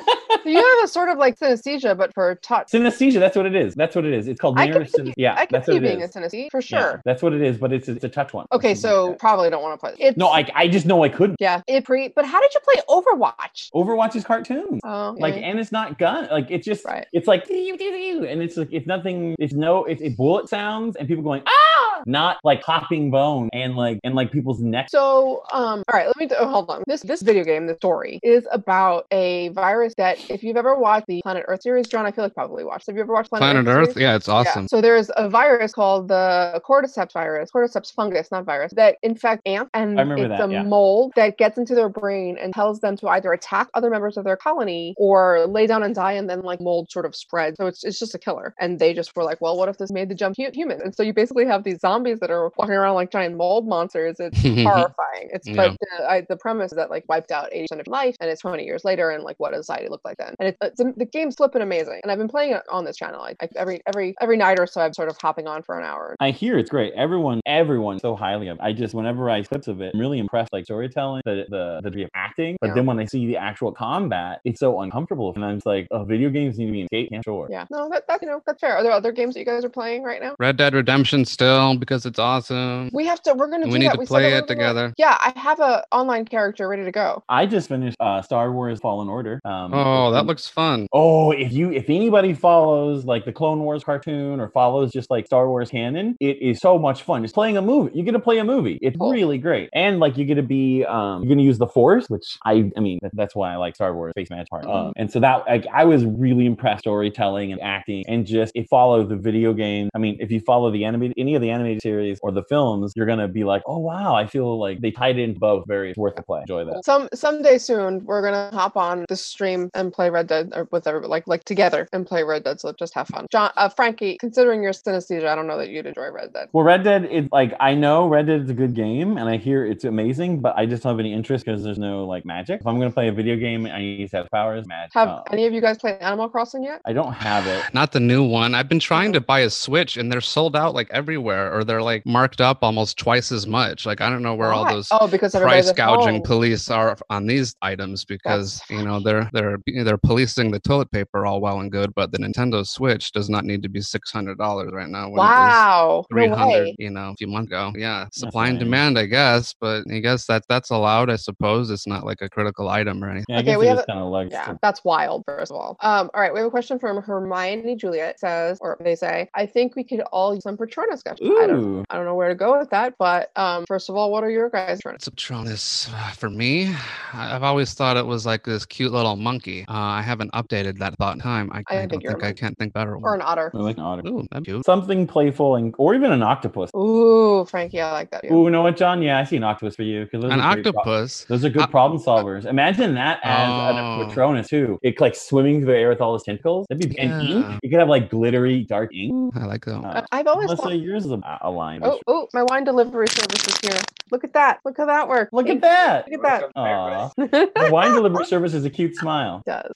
Speaker 1: you have a sort of like synesthesia, but for touch.
Speaker 6: synesthesia, that's what it is. That's what it is. It's called
Speaker 1: I
Speaker 6: mirror
Speaker 1: can
Speaker 6: synesthesia.
Speaker 1: see,
Speaker 6: Yeah,
Speaker 1: I can
Speaker 6: that's what
Speaker 1: see
Speaker 6: it is.
Speaker 1: being a synesthete for
Speaker 6: Yeah,
Speaker 1: sure.
Speaker 6: that's what it is, but it's it's a touch one.
Speaker 1: Okay, so probably don't want to play. It's,
Speaker 6: no, I I just know I couldn't.
Speaker 1: Yeah, it pre. But how did you play Overwatch?
Speaker 6: Overwatch is cartoons.
Speaker 1: Oh,
Speaker 6: Like
Speaker 1: yeah.
Speaker 6: and it's not gun. Like it's just
Speaker 1: Right.
Speaker 6: it's like and it's like it's nothing. It's no. It's it bullet sounds and people going ah, not like popping bone and like and like people's necks.
Speaker 1: So, um, all right, let me oh, hold on. This this video game, the story is about a virus that, if you've ever watched the Planet Earth series, John, I feel like probably watched. Have you ever watched Planet,
Speaker 5: Planet
Speaker 1: Earth?
Speaker 5: Earth.
Speaker 1: series?
Speaker 5: Yeah, it's awesome.
Speaker 1: Yeah. So there's a virus called the cordyceps virus, cordyceps fungus, not virus, that infects ants, and
Speaker 6: I remember
Speaker 1: it's
Speaker 6: that,
Speaker 1: a
Speaker 6: yeah.
Speaker 1: mold that gets into their brain and tells them to either attack other members of their colony or lay down and die, and then like mold sort of spreads. So it's, it's just a killer. And they just were like, well, what if this made the jump hu- human? And so you basically have these zombies that are walking around like giant mold monsters. It's horrifying. It's
Speaker 5: Mm-hmm. Yeah.
Speaker 1: but the, I, the premise is that like wiped out 80% of life and it's 20 years later and like what does society look like then. And it's, it's the game's flipping amazing. And I've been playing it on this channel like I, every every every night or so. I'm sort of hopping on for an hour.
Speaker 6: I hear it's great. Everyone, everyone, so highly of. it. I just whenever I clips of it, I'm really impressed. Like storytelling, the the the degree of acting, but
Speaker 1: Yeah.
Speaker 6: then when I see the actual combat, it's so uncomfortable. And I'm just like, oh, video games need to be escape. Yeah, sure.
Speaker 1: Yeah, no, that, that you know that's fair. Are there other games that you guys are playing right now?
Speaker 5: Red Dead Redemption still because it's awesome.
Speaker 1: We have to. We're gonna.
Speaker 5: Mm-hmm. We
Speaker 1: do
Speaker 5: need
Speaker 1: that. said that
Speaker 5: to play
Speaker 1: we
Speaker 5: it
Speaker 1: were gonna-
Speaker 5: together.
Speaker 1: Yeah, I have a online character ready to go.
Speaker 6: I just finished uh, Star Wars Fallen Order. Um,
Speaker 5: Oh, that
Speaker 6: looks.
Speaker 5: looks fun.
Speaker 6: Oh, if you if anybody follows like the Clone Wars cartoon or follows just like Star Wars canon, it is so much fun. Just playing a movie. You get to play a movie. It's
Speaker 1: Cool.
Speaker 6: really great. And like you get to be um you're gonna use the force, which I I mean that, that's why I like Star Wars face match part. Um, and so that like I was really impressed storytelling and acting and just it followed the video game. I mean, if you follow the animated any of the animated series or the films, you're gonna be like, Oh wow, I feel like they tied in both very it's worth the play. Enjoy that.
Speaker 1: Some someday soon we're gonna hop on the stream and play Red Dead or with everybody like like together and play Red Dead. So just have fun. John, uh, Frankie, considering your synesthesia, I don't know that you'd enjoy Red Dead.
Speaker 6: Well, Red Dead, it, like I know Red Dead is a good game, and I hear it's amazing, but I just don't have any interest because there's no like magic. If I'm gonna play a video game, I need to have powers, magic.
Speaker 1: Have
Speaker 6: Oh.
Speaker 1: any of you guys played Animal Crossing yet?
Speaker 6: I don't have it.
Speaker 5: Not the new one. I've been trying to buy a Switch and they're sold out like everywhere or they're like marked up almost twice as much. Like I don't know where all
Speaker 1: Why?
Speaker 5: those
Speaker 1: oh because everybody's
Speaker 5: price
Speaker 1: at
Speaker 5: gouging
Speaker 1: home.
Speaker 5: police are on these items because you know they're they're they're policing the toilet paper all well and good, but the Nintendo Switch does not need to be six hundred dollars right now. when it was
Speaker 1: Wow. No
Speaker 5: 300
Speaker 1: way.
Speaker 5: you know a few months ago yeah supply and
Speaker 6: Definitely.
Speaker 5: demand i guess but i guess that that's allowed i suppose it's not like a critical item or anything
Speaker 6: Yeah, I
Speaker 1: Okay,
Speaker 6: guess
Speaker 1: we
Speaker 6: it
Speaker 1: have
Speaker 6: is
Speaker 1: a-
Speaker 6: kind of like
Speaker 1: Yeah, that's wild, first of all. Um, all right, we have a question from Hermione Juliet says, or they say, I think we could all use some Patronus gotcha. I don't
Speaker 6: Ooh.
Speaker 1: I don't know where to go with that, but um, first of all, what are your guys' Patronus?
Speaker 5: So Patronus, uh, for me, I- I've always thought it was like this cute little monkey. Uh, I haven't updated that thought in time. I,
Speaker 1: I
Speaker 5: I
Speaker 1: think
Speaker 5: don't
Speaker 1: you're a
Speaker 5: think I
Speaker 1: monkey.
Speaker 5: can't think
Speaker 6: Hmm.
Speaker 5: better.
Speaker 1: Or an otter?
Speaker 6: I like an otter.
Speaker 5: Ooh, that's cute.
Speaker 6: Something playful and or even an octopus.
Speaker 1: Ooh, Frankie, I like that.
Speaker 6: Hmm. Ooh, you know what, John? Yeah, I see an octopus for you. 'cause those
Speaker 5: An
Speaker 6: are great pro-
Speaker 5: octopus.
Speaker 6: those are good
Speaker 5: Uh,
Speaker 6: problem solvers. Imagine that as
Speaker 5: Oh.
Speaker 6: an Patronus too. It like swimming through the air with all those tentacles. That'd be and
Speaker 5: Yeah.
Speaker 6: ink. You could have like glittery dark ink.
Speaker 5: I like that. one.
Speaker 6: Uh,
Speaker 1: Uh, I've always
Speaker 6: Unless
Speaker 1: thought.
Speaker 6: yours is a, a line.
Speaker 1: Oh, oh, my wine delivery service is here. Look at that. Look how that works.
Speaker 6: Look at that.
Speaker 1: Look at
Speaker 6: Aw.
Speaker 1: that.
Speaker 6: The wine delivery service is a cute smile.
Speaker 1: does.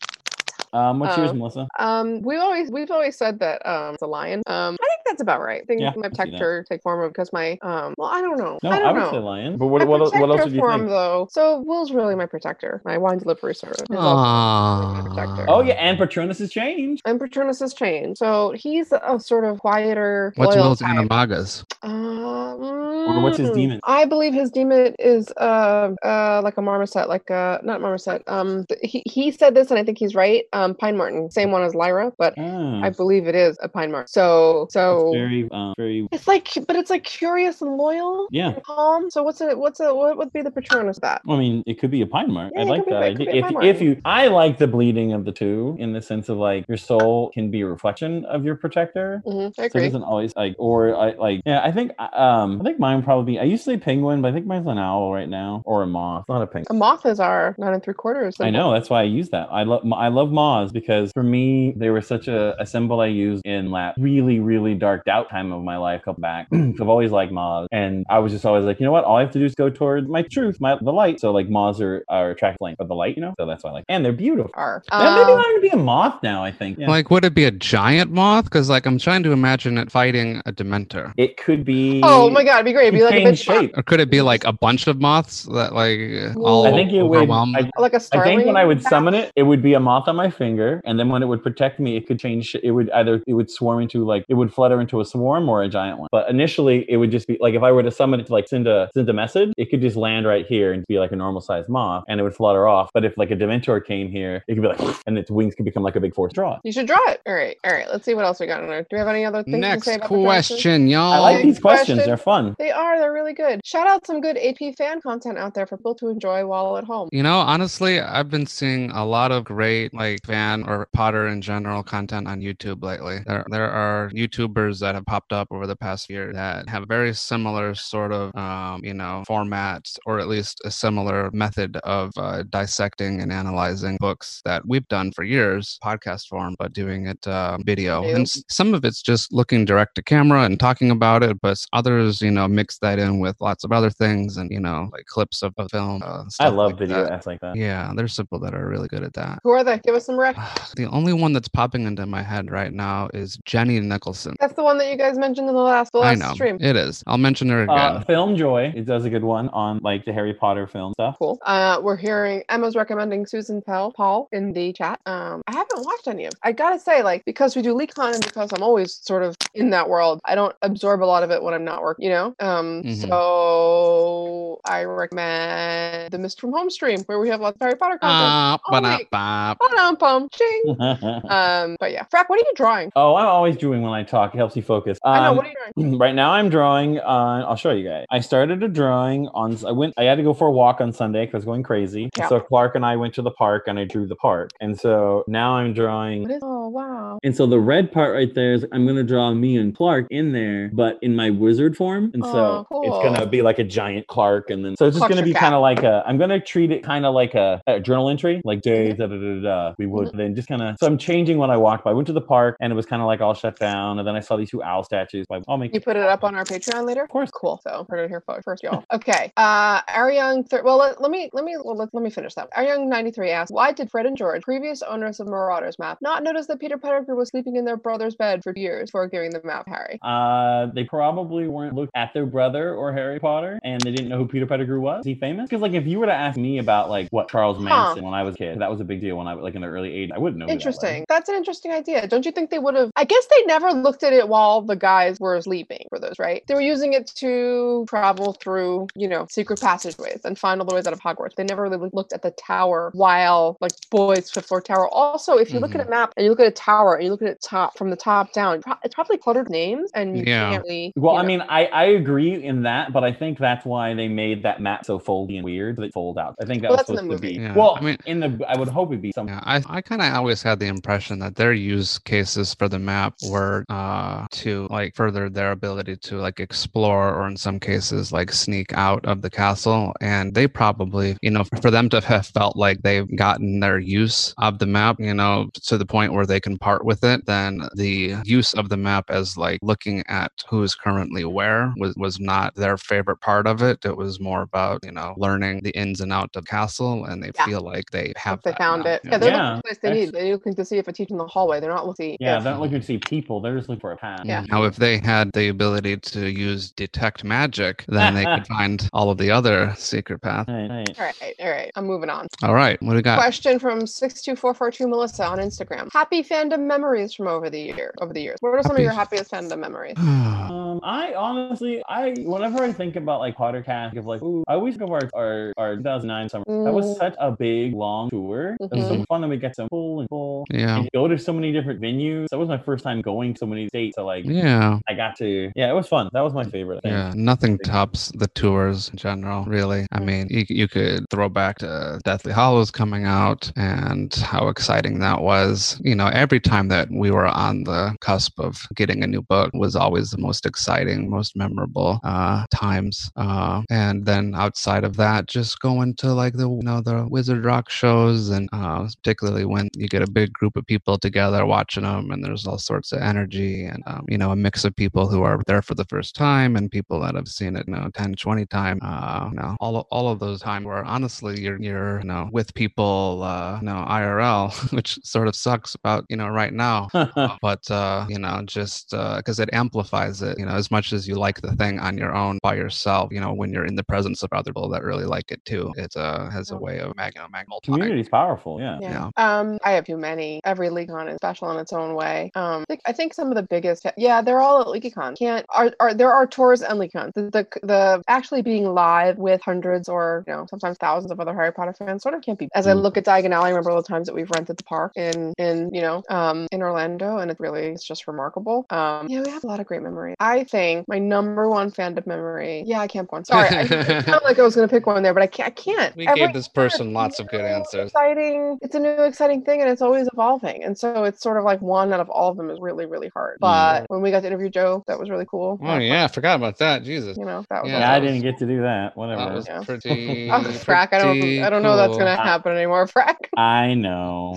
Speaker 6: Um, what's yours,
Speaker 1: Um,
Speaker 6: Melissa?
Speaker 1: Um, we've always we've always said that um, it's a lion. Um, I think that's about right. I think my
Speaker 6: Yeah, I see that.
Speaker 1: protector take form of because my um, well, I don't know.
Speaker 6: No,
Speaker 1: I
Speaker 6: I,
Speaker 1: don't
Speaker 6: would
Speaker 1: know.
Speaker 6: say lion. But
Speaker 1: My
Speaker 6: what, what, else- what else
Speaker 1: protector
Speaker 6: would you
Speaker 1: form,
Speaker 6: think?
Speaker 1: though. So Will's really my protector. My wine delivery service. is also-
Speaker 5: Aw.
Speaker 1: protector.
Speaker 6: Oh yeah, and Patronus has changed.
Speaker 1: And Patronus has changed, so he's a sort of quieter,
Speaker 5: What's
Speaker 1: loyal
Speaker 5: Will's
Speaker 1: type.
Speaker 5: animagas?
Speaker 1: Um,
Speaker 6: what's his demon?
Speaker 1: I believe his demon is uh, uh, like a marmoset, like a not marmoset. Um, th- he, he said this, and I think he's right. Um, Pine Martin, same one as Lyra, but
Speaker 6: Ah,
Speaker 1: I believe it is a Pine Martin. So so
Speaker 6: it's very, um, very.
Speaker 1: it's like, but it's like curious and loyal,
Speaker 6: Yeah.
Speaker 1: and calm. So what's it? What's it? What would be the Patronus of that?
Speaker 6: I mean, it could be a pine mark.
Speaker 1: Yeah,
Speaker 6: I
Speaker 1: it
Speaker 6: like
Speaker 1: could be-
Speaker 6: that
Speaker 1: it could
Speaker 6: idea.
Speaker 1: be a
Speaker 6: If,
Speaker 1: pine
Speaker 6: if
Speaker 1: mark.
Speaker 6: you, I like the bleeding of the two in the sense of like your soul can be a reflection of your protector.
Speaker 1: hmm I
Speaker 6: So it
Speaker 1: agree.
Speaker 6: doesn't always like, or I like, yeah. I think, um, I think mine would probably be. I used to say penguin, but I think mine's an owl right now, or a moth, not a penguin.
Speaker 1: a moth is our nine and three quarters.
Speaker 6: I know that's why I use that. I love I love moths because for me they were such a, a symbol I used in that really really dark doubt time of my life. Come back, I've always liked moths, and I was just always like, you know what? All I have to do is go toward my truth, my the light. So like moths are are attracted like, by the light, you know. So that's why I like, and they're beautiful.
Speaker 1: Our.
Speaker 6: Now, maybe
Speaker 1: Um,
Speaker 6: I'm gonna be a moth now. I think. Yeah.
Speaker 5: Like, would it be a giant moth? Because, like, I'm trying to imagine it fighting a Dementor.
Speaker 6: it could be.
Speaker 1: oh my god, it'd be great.
Speaker 6: It
Speaker 1: It'd be
Speaker 6: could
Speaker 1: like a
Speaker 6: change
Speaker 1: big
Speaker 6: shape.
Speaker 5: Or could it be like a bunch of moths that, like, all
Speaker 6: I think it would.
Speaker 5: overwhelm?
Speaker 6: I,
Speaker 1: like a
Speaker 6: I
Speaker 1: starling.
Speaker 6: think when I would summon it, it would be a moth on my finger, and then when it would protect me, it could change. It would either it would swarm into like it would flutter into a swarm or a giant one. But initially, it would just be like if I were to summon it to like send a send a message, it could just land right here and be like a normal sized moth, and it would flutter off. But if like a Dementor came here, it could be like, and its wings could become like a big force draw.
Speaker 1: You should draw it. All right, all right. Let's see what else we got on there. Do we have any other things to say
Speaker 5: Next
Speaker 1: about the Patronus?
Speaker 5: question, y'all.
Speaker 6: I like
Speaker 1: Next
Speaker 6: these questions;
Speaker 1: question.
Speaker 6: they're fun.
Speaker 1: They are. They're really good. Shout out some good AP fan content out there for people to enjoy while at home.
Speaker 5: You know, honestly, I've been seeing a lot of great like fan or Potter in general content on YouTube lately. There, there are YouTubers that have popped up over the past year that have very similar sort of, um, you know, formats or at least a similar method of uh, dissecting and analyzing books that we've done for years, podcast form, but doing it uh, video. And s- some of it's just looking direct to camera and talking about it, but s- others, you know, mix that in with lots of other things and you know, like clips of the film. Uh,
Speaker 6: I
Speaker 5: stuff
Speaker 6: love
Speaker 5: like
Speaker 6: video
Speaker 5: that.
Speaker 6: apps like that.
Speaker 5: Yeah, there's people that are really good at that.
Speaker 1: Who are they? Give us some rec.
Speaker 5: The only one that's popping into my head right now is Jenny Nicholson.
Speaker 1: That's the one that you guys mentioned in the last the
Speaker 5: I
Speaker 1: last
Speaker 5: know
Speaker 1: stream. Oh,
Speaker 5: it is. I'll mention her again.
Speaker 6: Uh, film Joy, it does a good one on like the Harry Potter film stuff.
Speaker 1: Cool. Uh, we're hearing Emma's recommending Susan Pell Paul in the chat. Um, I haven't watched any of. I gotta say, like because we do LeakCon and because I'm always sort of in that world, I don't absorb a lot of it when I'm not working. You know. Um,
Speaker 5: Mhm.
Speaker 1: so I recommend the Mist from Home stream where we have lots of Harry Potter content.
Speaker 5: Ah,
Speaker 1: Oh, wait.
Speaker 5: ba-da-ba.
Speaker 1: Ba-dum, bum, ching. um, but yeah, Frack, what are you drawing?
Speaker 6: Oh, I'm always doing when I talk. It helps you focus.
Speaker 1: I know.
Speaker 6: Um,
Speaker 1: What are you drawing?
Speaker 6: right now i'm drawing on i'll show you guys i started a drawing on i went i had to go for a walk on sunday because i was going crazy
Speaker 1: Yeah.
Speaker 6: so clark and i went to the park and i drew the park and so now i'm drawing
Speaker 1: What is? Oh wow.
Speaker 6: and so the red part right there is i'm going to draw me and clark in there but in my wizard form and so
Speaker 1: Aw,
Speaker 6: it's
Speaker 1: Oh, cool.
Speaker 6: going to be like a giant clark and then so it's just
Speaker 1: Clark's
Speaker 6: going to
Speaker 1: your
Speaker 6: be
Speaker 1: cat.
Speaker 6: kind of like a i'm going to treat it kind of like a, a journal entry like day
Speaker 1: Mm-hmm.
Speaker 6: da, da, da, da, da, we would then just kind of so i'm changing when i walked by i went to the park and it was kind of like all shut down and then i saw saw these two owl statues. Like, I'll make
Speaker 1: You put it up on our Patreon later? Of
Speaker 6: course.
Speaker 1: Cool. So heard it here fir- first, y'all. okay. Uh Ariang thir- well let, let me let me well, let, let me finish that. Ariang 93 asks, why did Fred and George, previous owners of Marauders map, not notice that Peter Pettigrew was sleeping in their brother's bed for years before giving the map to Harry?
Speaker 6: Uh, they probably weren't looked at their brother or Harry Potter, and they didn't know who Peter Pettigrew was. Is he famous? Because like, if you were to ask me about like what Charles Manson when I was a kid, that was a big deal when I was like in the early '80s. I wouldn't know. who that was.
Speaker 1: Interesting. That's an interesting idea. Don't you think they would have? I guess they never looked at it while the guys were sleeping for those, right? They were using it to travel through, you know, secret passageways and find all the ways out of Hogwarts. They never really looked at the tower while, like, boys fifth floor tower. Also, if you look
Speaker 5: Mm-hmm.
Speaker 1: at a map and you look at a tower and you look at it top from the top down, pro- it's probably cluttered names and you
Speaker 5: Yeah.
Speaker 1: can't really.
Speaker 6: Well,
Speaker 1: you
Speaker 6: I
Speaker 1: know.
Speaker 6: mean, I, I agree in that, but I think that's why they made that map so foldy and weird that it fold out. I think that
Speaker 1: Well,
Speaker 6: was
Speaker 1: that's in the
Speaker 6: supposed to be.
Speaker 1: movie.
Speaker 5: Yeah,
Speaker 6: Well,
Speaker 5: I mean-
Speaker 6: in the I would hope it'd be something.
Speaker 5: Yeah, I, I kind of always had the impression that their use cases for the map were uh, to like further their ability to like explore or in some cases like sneak out of the castle. And they probably, you know, for them to have felt like they've gotten their use of the map, you know, to the point where they can part with it, then the use of the map as like looking at who's currently where was, was not their favorite part of it. It was more about, you know, learning the ins and out of castle. And they
Speaker 1: Yeah.
Speaker 5: feel like they have
Speaker 1: If they
Speaker 5: that
Speaker 1: found
Speaker 5: now,
Speaker 1: it.
Speaker 5: you
Speaker 1: Yeah,
Speaker 5: know?
Speaker 1: they're
Speaker 6: Yeah,
Speaker 1: looking for the place they need. They're looking to see if it's teaching the hallway. They're not looking.
Speaker 6: Yeah,
Speaker 1: if-
Speaker 6: they're not looking to see people; they're just looking for a path.
Speaker 1: Yeah.
Speaker 5: Now, if they had the ability to use detect magic, then they could find all of the other secret path.
Speaker 6: Right, right.
Speaker 1: All right, all right. I'm moving on.
Speaker 5: All right, what do we got?
Speaker 1: Question from six two four four two Melissa on Instagram. Happy fandom memories from over the year. Over the years, what are some of
Speaker 5: Happy-
Speaker 1: your happiest fandom memories?
Speaker 6: Um, I honestly, I whenever I think about like Pottercast, of like, ooh, I always think of our our, our 2009 summer. That was
Speaker 1: Mm.
Speaker 6: such a big long tour. It was so fun, and we got so full and full.
Speaker 5: yeah.
Speaker 6: And go to so many different venues. That was my first time going to so many states. So like,
Speaker 5: Yeah.
Speaker 6: I got to. Yeah, it was fun. That was my favorite thing.
Speaker 5: Yeah, nothing tops the tours in general, really. I mean, you, you could throw back to Deathly Hollows coming out and how exciting that was. You know, every time that we were on the cusp of getting a new book was always the most exciting, most memorable uh, times. Uh, and then outside of that, just going to like the, you know, the Wizard Rock shows and uh, particularly when you get a big group of people together watching them and there's all sorts of energy and um, you know a mix of people who are there for the first time and people that have seen it you know 10 20 time uh you know all of, all of those times where honestly you're you're you know with people uh you know IRL which sort of sucks about you know right now but uh, you know just because it amplifies it you know as much as you like the thing on your own by yourself you know when you're in the presence of other people that really like it too it uh, has a way of mag- you know, mag- multiplying
Speaker 6: Community's powerful. Yeah.
Speaker 1: Yeah. Um, I have too many. Every LeagueCon is special in its own way. Um, I think, I think some of the biggest, yeah, they're all at LeagueCon. Can't are, are there are tours and LeagueCon. The, the the actually being live with hundreds or you know sometimes thousands of other Harry Potter fans sort of can't be. As I
Speaker 6: Mm.
Speaker 1: look at Diagon Alley, I remember all the times that we've rented the park in in you know um in Orlando, and it really it's just remarkable. Um, yeah, we have a lot of great memories. I think my number one fandom memory. Yeah, I can't one. Sorry, I, it sounded like I was gonna pick one there, but I can't. I can't.
Speaker 5: We
Speaker 1: Every
Speaker 5: gave this person
Speaker 1: it's
Speaker 5: lots of good
Speaker 1: new,
Speaker 5: answers.
Speaker 1: Exciting. It's a new exciting thing and it's always evolving. And so it's sort of like one out of all of them is really, really hard. But when we got to interview Joe, that was really cool.
Speaker 5: Oh yeah, I forgot about that. Jesus,
Speaker 1: You know, that was
Speaker 5: Yeah,
Speaker 6: Yeah,
Speaker 1: awesome.
Speaker 6: I didn't get to do that. Whatever.
Speaker 5: that was
Speaker 1: Yeah.
Speaker 5: pretty.
Speaker 1: Oh, Frack, I don't,
Speaker 5: pretty
Speaker 1: I don't know that's
Speaker 5: cool.
Speaker 1: gonna happen anymore, Frack.
Speaker 6: I know.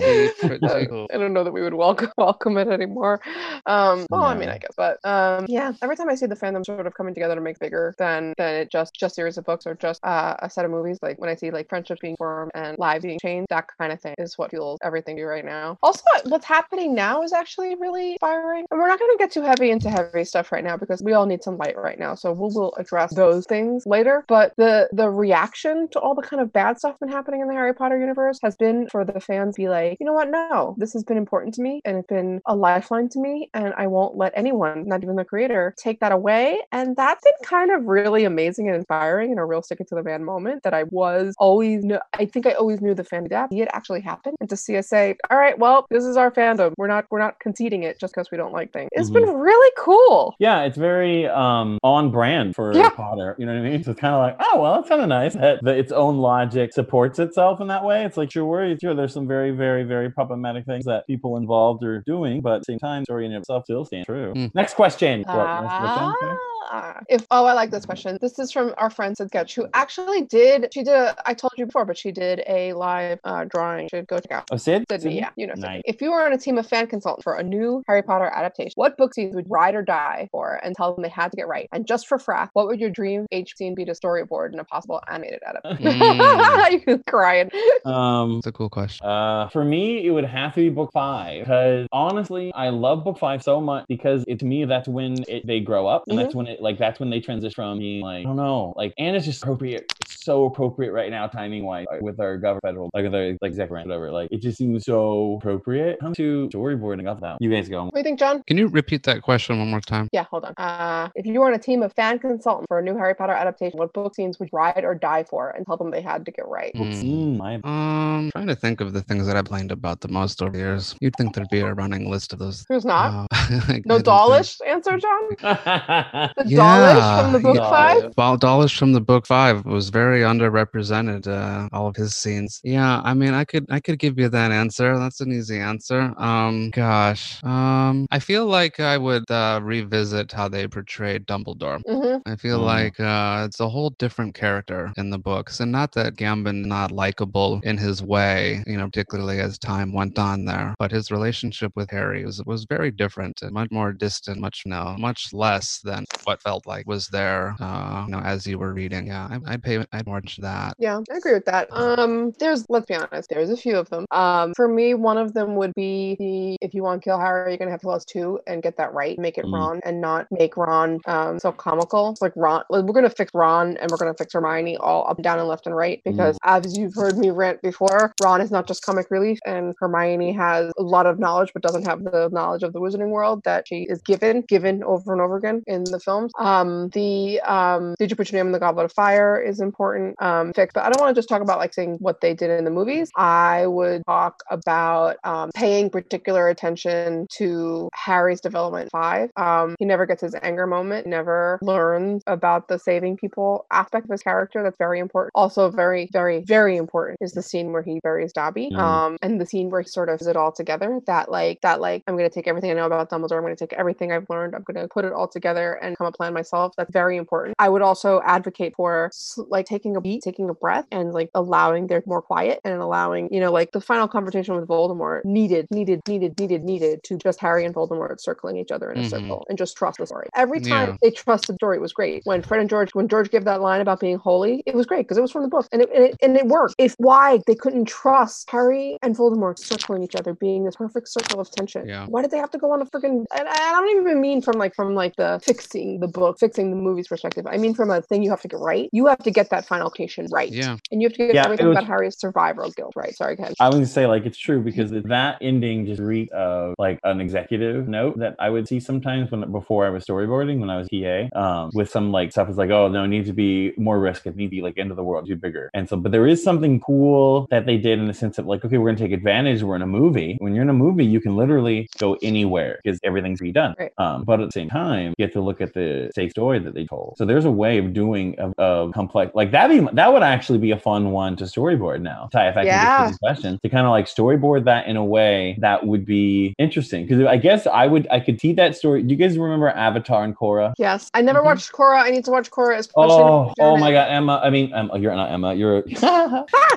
Speaker 5: Pretty, pretty cool.
Speaker 1: I don't know that we would welcome welcome it anymore. Um, well, I mean,
Speaker 6: No.
Speaker 1: I guess, but um, yeah. Every time I see the fandom sort of coming together to make bigger than than it just just series of books or just uh, a set of movies, like when I see like friendship being formed and lives being changed, that kind of thing is what fuels everything we do right now. Also, what's happening now is actually really inspiring, and we're not going to get too heavy into heavy stuff right now because we all need some light right now. So we will address those things later. But the the reaction to all the kind of bad stuff been happening in the Harry Potter universe has been for the fans be like, you know what? No, this has been important to me and it's been a lifeline to me, and I won't let anyone, not even the creator, take that away. And that's been kind of really amazing and inspiring and a real stick it to the man moment that I was always kn- I think I always knew the fan adapt. It actually happened, and to see us say, all right, well, this is our fandom. We're not we're not conceding it just because we don't like things. It's been really cool.
Speaker 6: Yeah, it's very um, on brand for
Speaker 1: Yeah.
Speaker 6: Potter. You know what I mean? So it's kind of like, oh well, that's kind of nice that the, its own logic supports itself in that way. It's like sure, sure, there's some very, very, very problematic things that people involved are doing, but at the same time, the story in itself still stands true.
Speaker 5: Hmm.
Speaker 6: Next question. What, next question? Okay.
Speaker 1: Ah, if oh, I like this question. This is from our friend Sid Sketch, who actually did. She did. A, I told you before, but she did a live uh, drawing. You Should go check out.
Speaker 6: Oh, Sid.
Speaker 1: Sydney, yeah, you know. Sydney.
Speaker 6: Nice.
Speaker 1: If you were on a team of fan consultants for a new Harry Potter adaptation, What book scenes would ride or die for and tell them they had to get right? And just for frack, what would your dream H scene be to storyboard in a possible animated edit?
Speaker 5: Mm.
Speaker 1: you crying.
Speaker 6: Um,
Speaker 5: That's a cool question.
Speaker 6: Uh, for me, it would have to be book five because honestly, I love book five so much because it, to me that's when it, they grow up and that's when it like that's when they transition from being like I don't know like and it's just appropriate, it's so appropriate right now timing wise with our government federal like with our like Zach Rand, whatever like it just seems so appropriate. Come to storyboarding up that. You guys go.
Speaker 1: What do you think, John?
Speaker 5: Can you repeat that question one more time?
Speaker 1: Yeah, hold on. Uh, if you were on a team of fan consultants for a new Harry Potter adaptation, what book scenes would ride or die for and tell them they had to get right?
Speaker 5: Mm.
Speaker 6: Mm, my-
Speaker 5: Um, trying to think of the things that I've complained about the most over the years. You'd think there'd be a running list of those.
Speaker 1: Who's not?
Speaker 5: Uh, I
Speaker 1: no
Speaker 5: didn't think-
Speaker 1: Dawlish answer, John? The
Speaker 5: Yeah,
Speaker 1: Dawlish from the book
Speaker 6: yeah.
Speaker 1: five?
Speaker 5: Bal Dawlish from the book five was very underrepresented. Uh, all of his scenes. Yeah, I mean, I could I could give you that answer. That's an easy answer. Um, gosh, um, I feel like I would uh, revisit how they portrayed Dumbledore.
Speaker 1: hmm
Speaker 5: I feel
Speaker 6: Mm.
Speaker 5: like uh, it's a whole different character in the books, and not that Gambon not likable in his way, you know, particularly as time went on there. But his relationship with Harry was was very different, and much more distant, much no, much less than what felt like was there, uh, you know, as you were reading. Yeah, I, I pay I'd more attention to that.
Speaker 1: Yeah, I agree with that. Um, there's let's be honest, there's a few of them. Um, for me, one of them would be the if you want to kill Harry, you're gonna have to lose two and get that right, make it
Speaker 6: Mm.
Speaker 1: Ron, and not make Ron um so comical. It's like Ron, like, we're gonna fix Ron and we're gonna fix Hermione all up, down, and left and right because as you've heard me rant before, Ron is not just comic relief, and Hermione has a lot of knowledge but doesn't have the knowledge of the Wizarding world that she is given, given over and over again in the films. Um, the um, did you put your name in the Goblet of Fire is important um, fix, but I don't want to just talk about like saying what they did in the movies. I would talk about um, paying particular attention to Harry's development five. Um, he never gets his anger moment, never learns about the saving people aspect of his character. That's very important. Also, very, very, very important is the scene where he buries Dobby.
Speaker 6: Mhm.
Speaker 1: Um, and the scene where he sort of is it all together. That like that like I'm gonna take everything I know about Dumbledore. I'm gonna take everything I've learned. I'm gonna put it all together and come up plan myself. That's very important. I would also advocate for s- like taking a beat, taking a breath, and like allowing there more quiet and allowing you know like the final confrontation with Voldemort needed, needed, needed, needed, needed to just Harry and Voldemort circling each other in a
Speaker 5: Mhm.
Speaker 1: circle and just trust the story. Every time
Speaker 5: Yeah.
Speaker 1: they trust the story, it was great. When Fred and George, when George gave that line about being holy, it was great because it was from the book and it, and it and it worked. If why they couldn't trust Harry and Voldemort circling each other, being this perfect circle of tension,
Speaker 5: Yeah.
Speaker 1: why did they have to go on a freaking? And I don't even mean from like from like the fixing the book, fixing the movies perspective. I mean from a thing you have to get right. You have to get that final patient right,
Speaker 5: Yeah.
Speaker 1: and you have to get
Speaker 6: Yeah,
Speaker 1: everything
Speaker 6: it was- Uh,
Speaker 1: about Harry's survival guilt right. Sorry, go ahead.
Speaker 6: I was gonna say like it's true because it- that ending just reeked of like an executive note that I would see sometimes when before I was storyboarding when I was PA um, with some like stuff is like oh no it needs to be more risk it needs to be like end of the world do bigger and so but there is something cool that they did in the sense of like okay we're gonna take advantage we're in a movie when you're in a movie you can literally go anywhere because everything's redone
Speaker 1: Right.
Speaker 6: um, but at the same time you have to look at the safe story that they told so there's a way of doing of, of complex like that be that would actually be a fun one to storyboard now Ty, if I can just
Speaker 1: Yeah.
Speaker 6: put this question to kind of like storyboard that in a way that would be interesting because I guess I would I could see that story. Do you guys remember Avatar and Korra?
Speaker 1: Yes, I never
Speaker 5: Mhm.
Speaker 1: watched Cora. I need to watch Cora as
Speaker 6: mm-hmm. Oh,
Speaker 1: John
Speaker 6: oh my
Speaker 1: and-
Speaker 6: God, Emma! I mean, Emma, you're not Emma. You're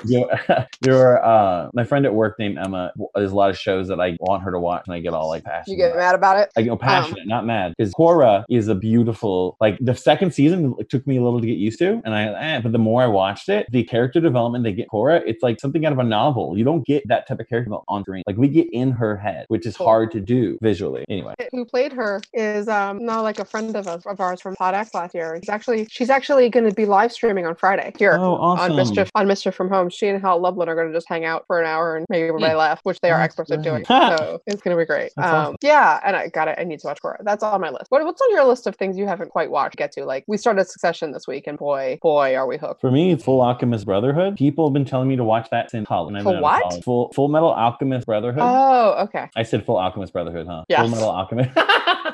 Speaker 6: you're, you're uh, my friend at work named Emma. There's a lot of shows that I want her to watch, and I get all like
Speaker 1: You
Speaker 6: passionate.
Speaker 1: get mad about it?
Speaker 6: I go oh, passionate, not mad, because Korra is a beautiful. Like the second season it took me a little to get used to, and I. Eh, but the more I watched it, the character development they get Korra, it's like something out of a novel. You don't get that type of character development on screen. Like we get in her head, which is hard to do visually. Anyway,
Speaker 1: who played her is um not like a friend of us of ours from Podax last year. She's actually she's actually going to be live streaming on Friday here
Speaker 6: oh
Speaker 1: on Mischief on Mischief from Home. She and Hal Lublin are going to just hang out for an hour and make everybody laugh, which they are
Speaker 6: That's
Speaker 1: experts at doing.
Speaker 6: right. Ha!
Speaker 1: so it's going to be great. Um,
Speaker 6: That's awesome.
Speaker 1: Yeah, and I got it. I need to watch Cora. That's on my list. What, what's on your list of things you haven't quite watched? Get to like we started Succession this week, and boy, boy, are we hooked.
Speaker 6: For me, it's Full Alchemist Brotherhood. People have been telling me to watch that since college. I've
Speaker 1: For
Speaker 6: been out of
Speaker 1: what?
Speaker 6: college. Full Full Metal Alchemist Brotherhood.
Speaker 1: Oh, okay.
Speaker 6: I said Full Alchemist Brotherhood, huh?
Speaker 1: Yes.
Speaker 6: Full Metal Alchemist.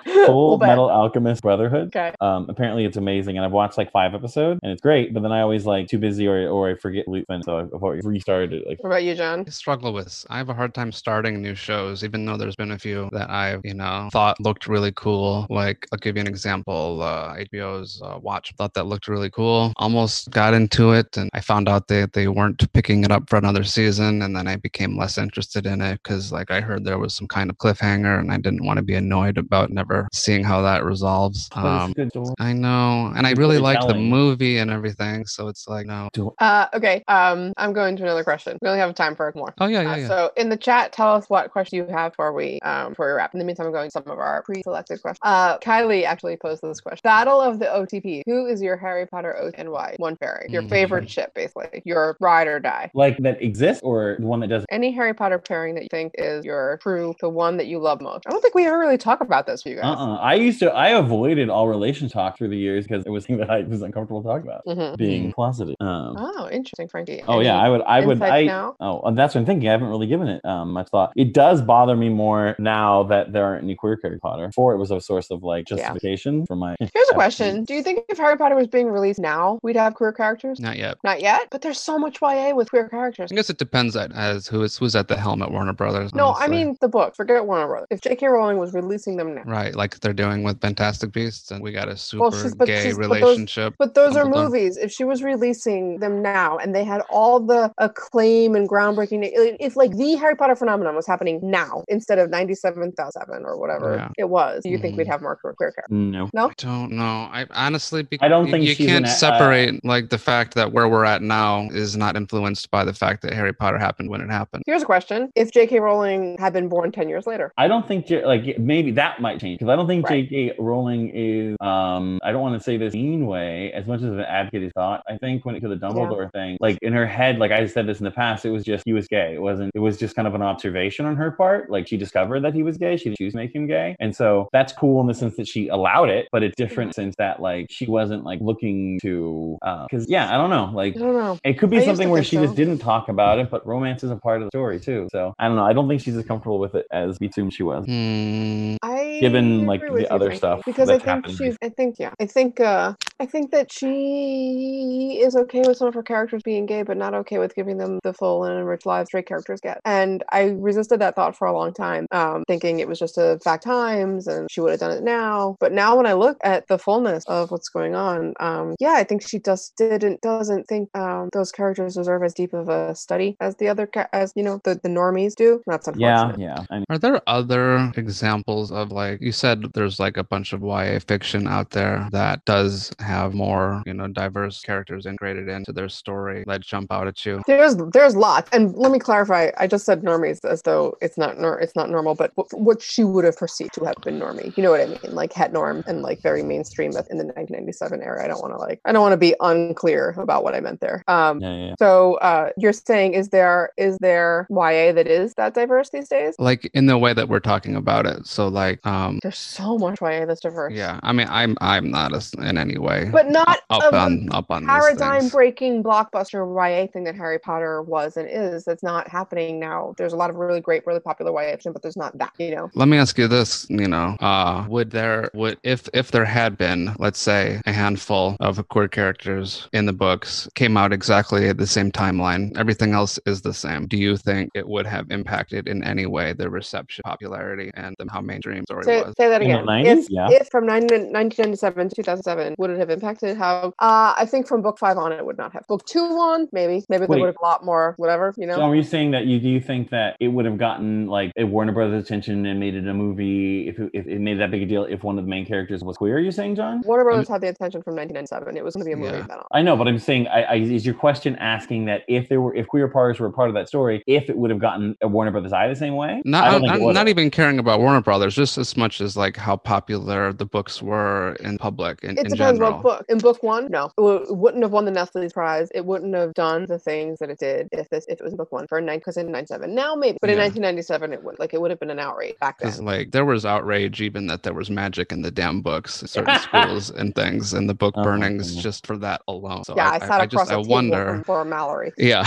Speaker 1: We'll
Speaker 6: Full
Speaker 1: bet.
Speaker 6: Metal Alchemist Brotherhood.
Speaker 1: Okay.
Speaker 6: Um, apparently it's amazing, and I've watched like five episodes, and it's great. But then I always like too busy, or or I forget Luke, and so I've already restarted it. Like,
Speaker 1: What about you, John?
Speaker 5: I struggle with this. I have a hard time starting new shows, even though there's been a few that I've, you know, thought looked really cool. Like, I'll give you an example. Uh, HBO's uh, Watch thought that looked really cool. Almost got into it, and I found out that they weren't picking it up for another season, and then I became less interested in it because, like, I heard there was some kind of cliffhanger, and I didn't want to be annoyed about never whatever. Seeing how that resolves.
Speaker 6: But it's
Speaker 5: Um,
Speaker 6: good to-
Speaker 5: I know, and I really
Speaker 6: really
Speaker 5: liked the
Speaker 6: telling.
Speaker 5: movie and everything, so it's like no.
Speaker 1: Uh, okay, um, I'm going to another question. We only have time for more.
Speaker 5: Oh yeah, yeah,
Speaker 1: Uh,
Speaker 5: yeah.
Speaker 1: So in the chat, tell us what question you have before we um, before we wrap. In the meantime, I'm going to some of our pre-selected questions. Uh, Kylie actually posed this question: Battle of the OTP. Who is your Harry Potter oath and why? One pairing,
Speaker 6: Mm-hmm.
Speaker 1: your
Speaker 5: Mm.
Speaker 1: favorite ship, basically, your ride or die.
Speaker 6: like that exists or the one that doesn't.
Speaker 1: Any Harry Potter pairing that you think is your true, the one that you love most. I don't think we ever really talk about this for you guys.
Speaker 6: Uh-uh. I used to I avoided all relation talk through the years because it was something that I was uncomfortable talking about.
Speaker 1: Mhm.
Speaker 6: Being closeted. Um,
Speaker 1: Oh, interesting, Frankie.
Speaker 6: Oh yeah,
Speaker 1: Any-
Speaker 6: I would. I would.
Speaker 1: insights
Speaker 6: I
Speaker 1: now?
Speaker 6: oh, and that's what I'm thinking. I haven't really given it um, much thought. It does bother me more now that there aren't any queer Harry Potter. Before it was a source of like
Speaker 1: Yeah.
Speaker 6: justification for my.
Speaker 1: Here's a question: Do you think if Harry Potter was being released now, we'd have queer characters?
Speaker 5: Not yet.
Speaker 1: Not yet, but there's so much YA with queer characters.
Speaker 5: I guess it depends at, as who is who's at the helm at Warner Brothers.
Speaker 1: No, I
Speaker 5: honestly.
Speaker 1: mean the book. Forget Warner Brothers. If J.K. Rowling was releasing them now,
Speaker 5: right, like they're doing with Fantastic Beasts, and we got a super
Speaker 1: Well, she's- but
Speaker 5: gay
Speaker 1: she's- but those-
Speaker 5: relationship.
Speaker 1: but those are
Speaker 5: Dumbledore.
Speaker 1: movies. If she was releasing them now, and they had all the acclaim and groundbreaking, it- if like the Harry Potter phenomenon was happening now instead of ninety-seven thousand or whatever
Speaker 5: Yeah.
Speaker 1: it was, do you think
Speaker 5: Mhm.
Speaker 1: we'd have more queer characters?
Speaker 6: No.
Speaker 5: I don't know. I honestly, be-
Speaker 6: I don't think
Speaker 5: you
Speaker 6: she's
Speaker 5: can't
Speaker 6: an a- uh,
Speaker 5: separate like the fact that where we're at now is not influenced by the fact that Harry Potter happened when it happened.
Speaker 1: Here's a question: If J.K. Rowling had been born ten years later,
Speaker 6: I don't think J- like maybe that might change because I don't think
Speaker 1: Right.
Speaker 6: J.K. Rowling is. um I don't want to say this mean way as much as an advocate is thought. I think when it to the Dumbledore thing, like in her head, like I said this in the past, it was just he was gay. It wasn't. It was just kind of an observation on her part. Like she discovered that he was gay. She didn't choose to make him gay, and so that's cool in the sense that she allowed it. But it's different since that like she wasn't like looking to because yeah, I don't know. Like
Speaker 1: I don't know.
Speaker 6: it could
Speaker 1: I
Speaker 6: be
Speaker 1: used
Speaker 6: something
Speaker 1: to
Speaker 6: where
Speaker 1: think
Speaker 6: she
Speaker 1: so.
Speaker 6: just didn't talk about it, but romance is a part of the story too. So I don't know. I don't think she's as comfortable with it as we assumed she was.
Speaker 5: Hmm.
Speaker 1: I
Speaker 6: given, like,
Speaker 1: agree
Speaker 6: the
Speaker 1: with
Speaker 6: other
Speaker 1: Frankie,
Speaker 6: stuff
Speaker 1: because
Speaker 6: that's
Speaker 1: I think
Speaker 6: happened
Speaker 1: she's I think yeah I think uh I think that she is okay with some of her characters being gay but not okay with giving them the full and enriched lives straight characters get and I resisted that thought for a long time um thinking it was just a fact times and she would have done it now but now when I look at the fullness of what's going on um yeah I think she just didn't doesn't think um those characters deserve as deep of a study as the other ca- as you know the, the normies do that's
Speaker 6: Yeah,
Speaker 1: unfortunate
Speaker 6: yeah. I know.
Speaker 5: Are there other examples of like you said there's like a bunch of YA fiction out there that does have more, you know, diverse characters integrated into their story that jump out at you?
Speaker 1: There's there's lots, and let me clarify. I just said normies as though it's not nor- it's not normal, but wh- what she would have perceived to have been normie. You know what I mean? Like het norm and like very mainstream in the 1997 era. I don't want to like I don't want to be unclear about what I meant there. Um,
Speaker 6: Yeah, yeah, yeah.
Speaker 1: so uh, you're saying is there is there YA that is that diverse these days?
Speaker 5: Like in the way that we're talking about it. So like um
Speaker 1: There's so much YA that's diverse.
Speaker 5: yeah, I mean I'm I'm not as in any way
Speaker 1: but not
Speaker 5: up
Speaker 1: of the
Speaker 5: on up on these
Speaker 1: paradigm
Speaker 5: things.
Speaker 1: breaking blockbuster YA thing that Harry Potter was and is that's not happening now. There's a lot of really great, really popular YA fiction, but there's not that, you know.
Speaker 5: Let me ask you this, you know, uh, would there would if if there had been, let's say, a handful of queer characters in the books came out exactly at the same timeline, everything else is the same. Do you think it would have impacted in any way the reception, popularity, and the, how mainstream story
Speaker 1: Say,
Speaker 5: was?
Speaker 1: say that
Speaker 6: In the
Speaker 1: again.
Speaker 6: 90s?
Speaker 1: If,
Speaker 6: Yeah.
Speaker 1: if from 9, 1997 to 2007, would it have impacted how? Uh, I think from book five on, it would not have. Book two on, maybe. Maybe they
Speaker 6: Wait.
Speaker 1: would have a lot more, whatever, you know.
Speaker 6: So are you saying that you do you think that it would have gotten like a Warner Brothers attention and made it a movie if it, if it made that big a deal if one of the main characters was queer? Are you saying, John?
Speaker 1: Warner Brothers had the attention from 1997. It was going to be a movie
Speaker 5: Yeah.
Speaker 1: then on.
Speaker 6: I know, but I'm saying, I, I, is your question asking that if there were if queer parties were a part of that story, if it would have gotten a Warner Brothers eye the same way? I
Speaker 5: Not, uh,
Speaker 6: don't think
Speaker 5: not,
Speaker 6: it would
Speaker 5: not
Speaker 6: have.
Speaker 5: even caring about Warner Brothers, just as much as like how popular the books were in public in,
Speaker 1: It
Speaker 5: in
Speaker 1: depends
Speaker 5: general.
Speaker 1: what book. In book one, no, it, w- it wouldn't have won the Nestle's prize. It wouldn't have done the things that it did if this if it was book one for nine because in nine seven now maybe, but in
Speaker 5: Yeah.
Speaker 1: 1997 it would like it would have been an outrage back then.
Speaker 5: Because like there was outrage even that there was magic in the damn books, certain schools and things, and the book
Speaker 6: Oh my
Speaker 5: burnings
Speaker 6: goodness.
Speaker 5: just for that alone. So
Speaker 1: yeah, I,
Speaker 5: I,
Speaker 1: sat
Speaker 5: I, I
Speaker 1: across
Speaker 5: just
Speaker 1: a
Speaker 5: I
Speaker 1: table from
Speaker 5: wonder.
Speaker 1: Laura Mallory.
Speaker 5: Yeah.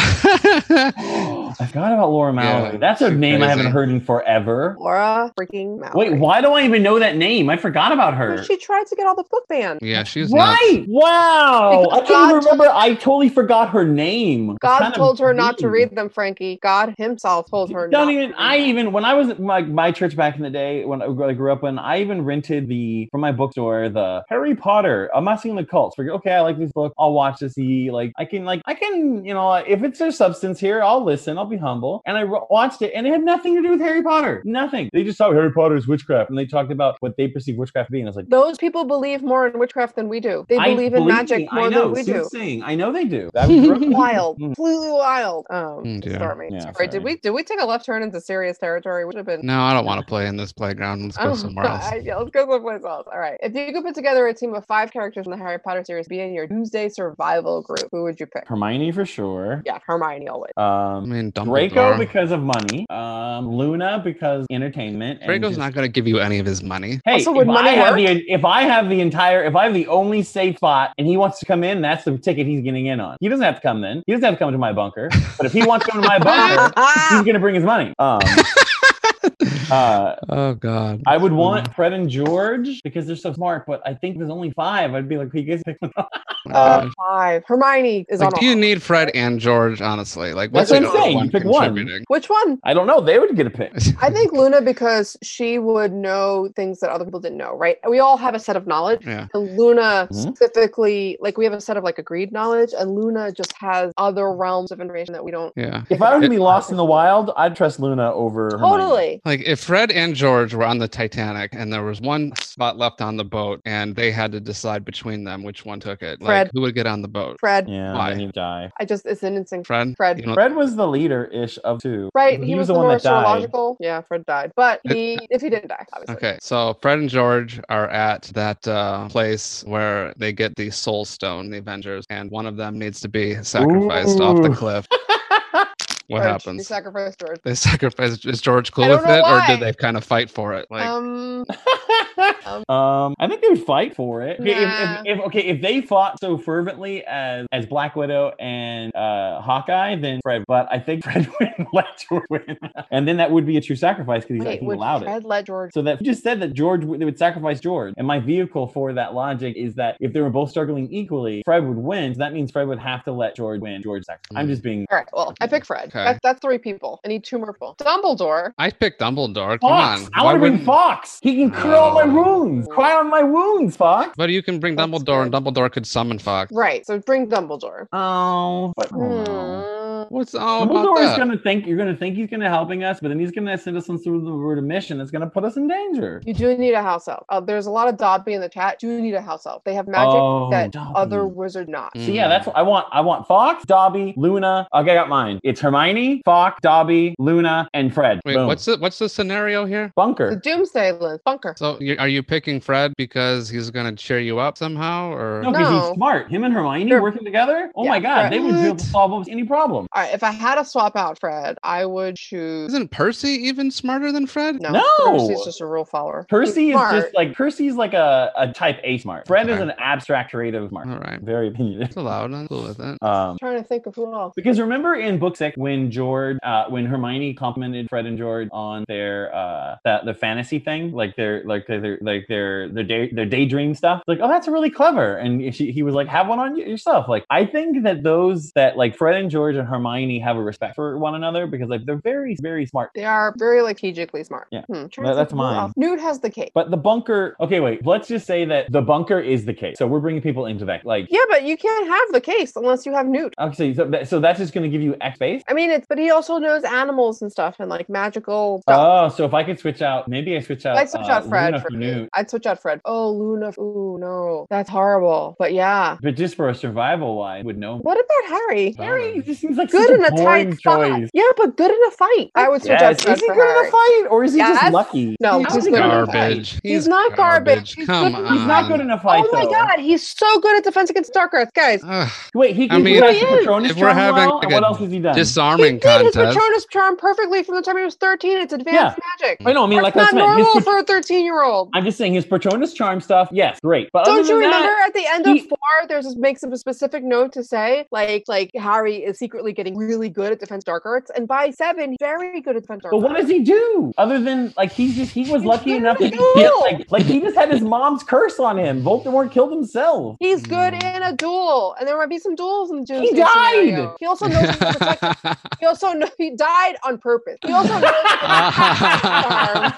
Speaker 6: I forgot about Laura Mallory.
Speaker 5: Yeah,
Speaker 6: That's a
Speaker 5: she's
Speaker 6: name I haven't
Speaker 5: crazy.
Speaker 6: heard in forever.
Speaker 1: Laura freaking Mallory.
Speaker 6: Wait, why do I even know that name? I forgot about
Speaker 1: Because
Speaker 6: her.
Speaker 1: She tried to get all the book banned.
Speaker 5: yeah, she's She's nuts.
Speaker 1: right.
Speaker 6: Wow.
Speaker 1: Because
Speaker 6: I can't even
Speaker 1: God-
Speaker 6: remember. I totally forgot her name. It's
Speaker 1: God
Speaker 6: kinda
Speaker 1: told her not to
Speaker 6: mean.
Speaker 1: read them, Frankie. God himself told her.
Speaker 6: Don't
Speaker 1: not
Speaker 6: even.
Speaker 1: to
Speaker 6: I
Speaker 1: read them.
Speaker 6: even when I was at my my church back in the day when I grew I grew up in. I even rented the from my bookstore the Harry Potter. I'm not seeing the cults. Figure, okay, I like this book. I'll watch this. E like I can like I can you know if it's there's substance here, I'll listen. I'll be humble. And I re- watched it, and it had nothing to do with Harry Potter. Nothing. They just saw Harry Potter's witchcraft, and they talked about what they perceive witchcraft to be. And I was like,
Speaker 1: Those people believe more in witchcraft than we do. They
Speaker 6: I
Speaker 1: believe in
Speaker 6: believe me.
Speaker 1: magic
Speaker 6: I
Speaker 1: more
Speaker 6: know,
Speaker 1: than we do.
Speaker 6: soothsaying. I know they do. That was
Speaker 1: wild,
Speaker 6: Mm.
Speaker 1: completely wild. Um,
Speaker 5: Mm, dear.
Speaker 1: Stormy.
Speaker 6: Yeah,
Speaker 1: sorry,
Speaker 6: sorry.
Speaker 1: did we did we take a left turn into serious territory? Would have been.
Speaker 5: No, I don't want to play in this playground. Let's go
Speaker 1: Oh,
Speaker 5: somewhere else.
Speaker 1: I- yeah, let's go someplace else. All right. If you could put together a team of five characters from the Harry Potter series, be in your Tuesday survival group, who would you pick?
Speaker 6: Hermione for sure.
Speaker 1: Yeah, Hermione always.
Speaker 5: I
Speaker 6: Um,
Speaker 5: mean, Dumbledore.
Speaker 6: Draco because of money. Um, Luna because entertainment. and
Speaker 5: Draco's
Speaker 6: just-
Speaker 5: not going to give you any of his money.
Speaker 6: Hey,
Speaker 1: Also,
Speaker 6: if
Speaker 1: would money
Speaker 6: I have
Speaker 1: work?
Speaker 6: the if I have the entire if I have the only safe spot and he wants to come in, that's the ticket he's getting in on. He doesn't have to come then. He doesn't have to come to my bunker. But if he wants to come to my bunker, he's gonna bring his money. Um, uh,
Speaker 5: Oh God.
Speaker 6: I would want Fred and George because they're so smart. But I think there's only five. I'd be like, you guys pick one up.
Speaker 1: Uh, five. Hermione is
Speaker 5: like,
Speaker 1: on.
Speaker 5: do you
Speaker 1: all-
Speaker 5: need Fred and George? Honestly, like,
Speaker 6: That's
Speaker 5: what's
Speaker 1: what
Speaker 5: the
Speaker 1: I'm
Speaker 5: other
Speaker 6: saying.
Speaker 5: one
Speaker 6: You pick one.
Speaker 5: contributing?
Speaker 1: Which one?
Speaker 6: I don't know. They would get a pick.
Speaker 1: I think Luna because she would know things that other people didn't know, right? We all have a set of knowledge.
Speaker 5: Yeah.
Speaker 1: And Luna
Speaker 6: Mhm.
Speaker 1: specifically, like we have a set of like agreed knowledge, and Luna just has other realms of information that we don't
Speaker 5: Yeah.
Speaker 6: If I were to be lost in the wild, I'd trust Luna over Hermione.
Speaker 1: totally.
Speaker 5: Like if Fred and George were on the Titanic and there was one spot left on the boat and they had to decide between them which one took it, like
Speaker 1: Fred.
Speaker 5: who would get on the boat?
Speaker 1: Fred,
Speaker 6: Yeah,
Speaker 5: Why?
Speaker 6: then he'd die.
Speaker 1: I just it's an instinct.
Speaker 5: Fred.
Speaker 1: Fred.
Speaker 5: You know,
Speaker 6: Fred was the leader ish of two.
Speaker 1: Right, he, was, the, more astrological. Yeah, Fred died, but
Speaker 5: It-
Speaker 1: he if he didn't die, obviously.
Speaker 5: Okay, so Fred and George are at that uh, place where they get the Soul Stone, the Avengers, and one of them needs to be sacrificed off the
Speaker 6: Ooh.
Speaker 5: cliff. What
Speaker 1: George, You
Speaker 5: happens?
Speaker 1: sacrificed George.
Speaker 5: they sacrifice. Is George cool
Speaker 1: don't
Speaker 5: with
Speaker 1: know
Speaker 5: it, or
Speaker 1: why.
Speaker 5: did they kind of fight for it? Like,
Speaker 1: um,
Speaker 6: um, I think they would fight for it. Okay,
Speaker 1: Nah.
Speaker 6: if, if, if, okay, if they fought so fervently as as Black Widow and uh, Hawkeye, then Fred. But I think Fred would let George win, and then that would be a true sacrifice because
Speaker 1: wait,
Speaker 6: he
Speaker 1: would
Speaker 6: allowed it.
Speaker 1: Fred let George?
Speaker 6: So that you just said that George would- they would sacrifice George, and my vehicle for that logic is that if they were both struggling equally, Fred would win. So that means Fred would have to let George win. George sacrifice. I'm just being
Speaker 1: All right, well, I pick Fred.
Speaker 5: Okay.
Speaker 1: That's, that's three people. I need two more people. Dumbledore.
Speaker 5: I picked Dumbledore. Come
Speaker 6: Fox.
Speaker 5: on,
Speaker 6: I
Speaker 5: why
Speaker 6: want to bring
Speaker 5: wouldn't-
Speaker 6: Fox. He can cure all my
Speaker 5: Oh.
Speaker 6: wounds. Cry on my wounds, Fox.
Speaker 5: But you can bring
Speaker 1: That's
Speaker 5: Dumbledore, and
Speaker 1: good.
Speaker 5: Dumbledore could summon Fox.
Speaker 1: Right, so bring Dumbledore.
Speaker 6: Oh, but
Speaker 1: Hmm.
Speaker 5: What's all about
Speaker 6: Dumbledore's
Speaker 5: that?
Speaker 6: gonna think you're gonna think he's gonna helping us, but then he's gonna send us on through the route of mission that's gonna put us in danger.
Speaker 1: You do need a house elf. Uh, there's a lot of Dobby in the chat. Do need a house elf. They have magic
Speaker 6: Oh,
Speaker 1: that
Speaker 6: Dobby.
Speaker 1: other wizard not.
Speaker 5: Mm.
Speaker 6: So yeah, that's what I want. I want Fox, Dobby, Luna. Okay, I got mine. It's Hermione, Fox, Dobby, Luna, and Fred.
Speaker 5: Wait,
Speaker 6: Boom.
Speaker 5: what's the what's the scenario here?
Speaker 1: The
Speaker 6: bunker?
Speaker 1: Doomsday List bunker.
Speaker 5: So you are you picking Fred because he's gonna cheer you up somehow, or
Speaker 6: No, because
Speaker 1: No.
Speaker 6: he's smart. Him and Hermione
Speaker 1: They're-
Speaker 6: working together. Oh
Speaker 1: Yeah,
Speaker 6: my God,
Speaker 1: Fred.
Speaker 6: they would be able
Speaker 5: What?
Speaker 6: to solve almost any problem.
Speaker 1: All right, if I had to swap out Fred, I would choose.
Speaker 5: isn't Percy even smarter than Fred?
Speaker 1: No,
Speaker 6: No!
Speaker 1: Percy's just a rule follower.
Speaker 6: Percy
Speaker 1: He's
Speaker 6: is
Speaker 1: smart.
Speaker 6: just like Percy's like a, a type A smart. Fred is
Speaker 5: Okay. Hmm.
Speaker 6: an abstract creative smart.
Speaker 5: All right,
Speaker 6: Very opinionative.
Speaker 5: it's allowed. I'm cool with it.
Speaker 6: Um,
Speaker 1: trying to think of who else.
Speaker 6: Because remember in book six when George, uh, when Hermione complimented Fred and George on their uh, that the fantasy thing, like their like their like their their day, their daydream stuff. Like, oh, that's really clever. And she, he was like, have one on you, yourself. Like, I think that those that like Fred and George and Hermione have a respect for one another because like they're very very smart.
Speaker 1: They are very like strategically smart.
Speaker 6: Yeah.
Speaker 1: Hmm, trying to
Speaker 6: That-
Speaker 1: think
Speaker 6: that's
Speaker 1: of who
Speaker 6: mine.
Speaker 1: else. Newt has the cake.
Speaker 6: But the bunker. Okay, wait. Let's just say that the bunker is the case. So we're bringing people into that. Like,
Speaker 1: yeah, but you can't have the case unless you have Newt.
Speaker 6: okay. So, that, so that's just going to give you X base.
Speaker 1: I mean, it's but he also knows animals and stuff and like magical stuff.
Speaker 6: Oh, so if I could switch out, maybe I switch out.
Speaker 1: I'd switch
Speaker 6: uh,
Speaker 1: out Fred
Speaker 6: Luna
Speaker 1: for
Speaker 6: for
Speaker 1: Newt.
Speaker 6: Newt.
Speaker 1: I'd switch out Fred. Oh, Luna. Ooh, no, that's horrible. But yeah,
Speaker 6: But just for a survival wise, would know.
Speaker 1: what about Harry?
Speaker 5: Oh,
Speaker 6: Harry
Speaker 5: man.
Speaker 6: just seems like
Speaker 1: Good
Speaker 6: such
Speaker 1: in
Speaker 6: a
Speaker 1: a
Speaker 6: boring
Speaker 1: tight
Speaker 6: choice.
Speaker 1: fight. Yeah, but good in a fight. I would switch out
Speaker 6: Yes.
Speaker 1: Fred
Speaker 6: Is he
Speaker 1: for
Speaker 6: good in
Speaker 1: Harry.
Speaker 6: a fight, or is he
Speaker 1: Yes.
Speaker 6: just lucky?
Speaker 1: No,
Speaker 6: He's
Speaker 1: he's
Speaker 6: just
Speaker 1: good in a
Speaker 6: garbage.
Speaker 5: garbage.
Speaker 1: He's not garbage. He's
Speaker 5: Come
Speaker 1: good-
Speaker 5: on.
Speaker 6: He's not good in a fight.
Speaker 1: Oh my
Speaker 6: though.
Speaker 1: god, he's so good at Defense Against Darkness, guys.
Speaker 5: Ugh,
Speaker 6: Wait, he
Speaker 5: I
Speaker 6: can
Speaker 5: mean,
Speaker 6: do
Speaker 1: He is.
Speaker 6: Patronus
Speaker 5: if we're
Speaker 6: charm
Speaker 5: having,
Speaker 6: well,
Speaker 5: like,
Speaker 6: and what
Speaker 5: a
Speaker 6: else has he done?
Speaker 5: disarming
Speaker 1: he did his
Speaker 5: contest.
Speaker 1: Patronus charm perfectly from the time he was 13. It's advanced magic.
Speaker 6: I know. I mean,
Speaker 1: That's
Speaker 6: like
Speaker 1: not
Speaker 6: that's
Speaker 1: normal
Speaker 6: his,
Speaker 1: for a 13 year old.
Speaker 6: I'm just saying his Patronus charm stuff. Yes, great. But other
Speaker 1: Don't you
Speaker 6: than
Speaker 1: remember
Speaker 6: That,
Speaker 1: at the end of
Speaker 6: he-
Speaker 1: four, there's this makes a specific note to say like like Harry is secretly getting really good at defense dark arts, and by seven, very good at defense dark
Speaker 6: But what
Speaker 1: arts.
Speaker 6: does he do other than like he's just he was
Speaker 1: He's
Speaker 6: lucky
Speaker 1: good
Speaker 6: enough to
Speaker 1: at duel.
Speaker 6: like like he just had his mom's curse on him. Voldemort killed himself.
Speaker 1: He's good in a duel, and there might be some duels in the Doomsday
Speaker 6: He died!
Speaker 1: scenario. He also knows how to protect He also know he died on purpose. He also knows arm,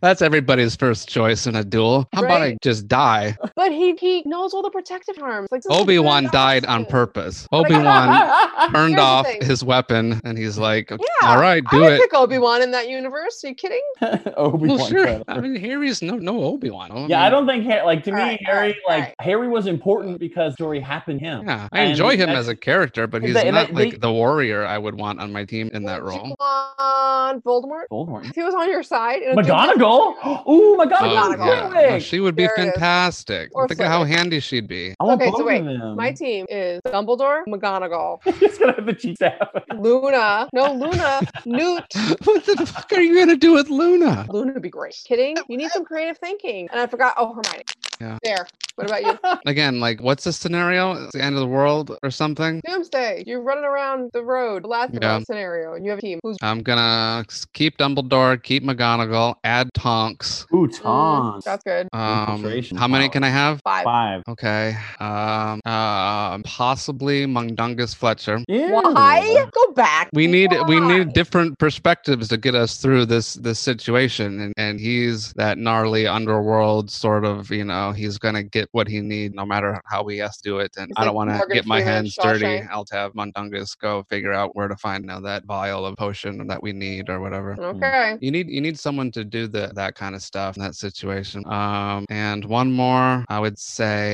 Speaker 5: That's everybody's first choice in a duel. How about I
Speaker 1: Right.
Speaker 5: just die?
Speaker 1: but he he knows all the protective harms. Like this is a
Speaker 5: Obi Wan
Speaker 1: good
Speaker 5: died on
Speaker 1: option.
Speaker 5: purpose.
Speaker 1: Like,
Speaker 5: Obi Wan
Speaker 1: Oh here's
Speaker 5: turned
Speaker 1: the
Speaker 5: off
Speaker 1: thing.
Speaker 5: his weapon and he's like,
Speaker 1: Yeah,
Speaker 5: all right,
Speaker 1: I
Speaker 5: do
Speaker 1: would
Speaker 5: it.
Speaker 1: pick Obi Wan in that universe. Are you kidding?
Speaker 6: Obi
Speaker 5: Well,
Speaker 6: Wan.
Speaker 5: sure. I mean, Harry's no no Obi Wan.
Speaker 6: Yeah, I don't think Harry, like to me
Speaker 1: Alright,
Speaker 6: Harry
Speaker 1: alright,
Speaker 6: like
Speaker 1: alright.
Speaker 6: Harry was important because story happened to him.
Speaker 5: Yeah, I
Speaker 6: And
Speaker 5: enjoy him
Speaker 6: that's-
Speaker 5: as a character, but
Speaker 6: and
Speaker 5: he's
Speaker 6: that- and
Speaker 5: not
Speaker 6: that-
Speaker 5: like
Speaker 6: they-
Speaker 5: the warrior I would want on my team in that
Speaker 1: Would you
Speaker 5: role.
Speaker 1: want Voldemort?
Speaker 6: Voldemort.
Speaker 1: If he was on your side, in a
Speaker 6: McGonagall? Ooh,
Speaker 5: Oh,
Speaker 6: McGonagall.
Speaker 5: yeah.
Speaker 6: Flitwick!
Speaker 5: No, she would be
Speaker 1: There it is.
Speaker 5: fantastic.
Speaker 1: Or
Speaker 5: Think of how
Speaker 1: Flitwick.
Speaker 5: handy she'd be.
Speaker 6: I want
Speaker 1: Okay,
Speaker 6: both
Speaker 1: so wait.
Speaker 6: of them.
Speaker 1: My team is Dumbledore, McGonagall,
Speaker 6: He's gonna have the cheat staff.
Speaker 1: Luna. No, Luna, Newt.
Speaker 5: what the fuck are you gonna do with Luna?
Speaker 1: Luna would be great. Kidding? You need some creative thinking. And I forgot. Oh, Hermione.
Speaker 5: Yeah.
Speaker 1: There. What about you?
Speaker 5: Again, like, what's the scenario? It's the end of the world or something?
Speaker 1: Doomsday. You're running around the road, last
Speaker 5: Yeah.
Speaker 1: scenario, and you have a team who's
Speaker 5: I'm gonna s- keep Dumbledore, keep McGonagall, add Tonks.
Speaker 6: Ooh,
Speaker 1: Mm,
Speaker 6: Tonks.
Speaker 1: That's good.
Speaker 5: Um,
Speaker 6: Infiltration
Speaker 5: how many
Speaker 6: power.
Speaker 5: can I have?
Speaker 1: Five.
Speaker 6: Five.
Speaker 5: Okay. Um, uh, possibly Mundungus Fletcher.
Speaker 6: Yeah.
Speaker 1: Why? Go back.
Speaker 5: We need we need
Speaker 1: Why?
Speaker 5: different perspectives to get us through this this situation, and and he's that gnarly underworld sort of you know he's gonna get what he need no matter how he has to do it, and
Speaker 1: He's
Speaker 5: I don't
Speaker 1: like
Speaker 5: want to
Speaker 1: Morgan
Speaker 5: get my
Speaker 1: Freeman,
Speaker 5: hands dirty.
Speaker 1: Shawshank.
Speaker 5: I'll have Mundungus go figure out where to find you know, that vial of potion that we need or whatever.
Speaker 1: Okay.
Speaker 5: You need you need someone to do the that kind of stuff in that situation. Um, and one more, I would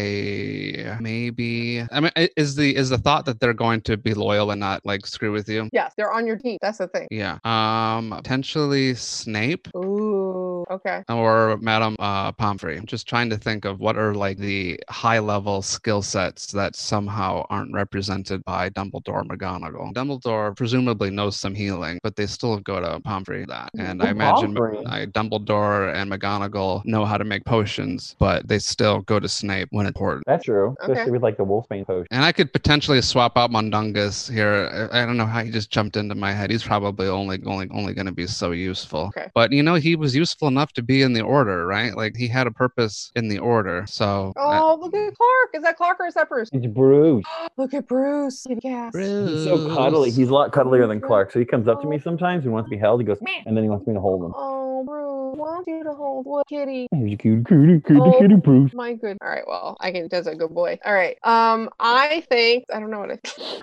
Speaker 5: say maybe. I mean, i- is the is the thought that they're going to be loyal and not like screw with you?
Speaker 1: Yes, they're on your team. That's the thing.
Speaker 5: Yeah. Um, potentially Snape
Speaker 1: Ooh. Okay.
Speaker 5: or Madame uh, Pomfrey. Just trying to think of what are like the high level skill sets that somehow aren't represented by Dumbledore McGonagall. Dumbledore presumably knows some healing, but they still go to Pomfrey for that. And I
Speaker 6: Ooh,
Speaker 5: imagine
Speaker 6: Pomfrey.
Speaker 5: I, Dumbledore and McGonagall know how to make potions, but they still go to Snape when important.
Speaker 6: That's true.
Speaker 1: Okay.
Speaker 6: Especially with like the Wolfbane potion.
Speaker 5: And I could potentially swap out Mundungus here. I I don't know how he just jumped into my head. He's probably only only only going to be so useful.
Speaker 1: Okay.
Speaker 5: But you know, he was useful enough to be in the order, right? Like he had a purpose in the order. So I-
Speaker 1: Oh, look at Clark. Is that Clark or is that Bruce?
Speaker 6: It's Bruce.
Speaker 1: Look at Bruce. Yes.
Speaker 6: He's
Speaker 1: Mm.
Speaker 6: so cuddly. He's a lot cuddlier than Clark. So he comes up to me sometimes and wants to be held. He goes, "Meh," and then he wants me to hold him.
Speaker 1: Oh, Bruce. Want you to hold what kitty?
Speaker 6: He's a cutie, cutie, cutie,
Speaker 1: Oh.
Speaker 6: cutie, Bruce.
Speaker 1: My good. All right. Well, I can. That's a good boy. All right. Um, I think I don't know what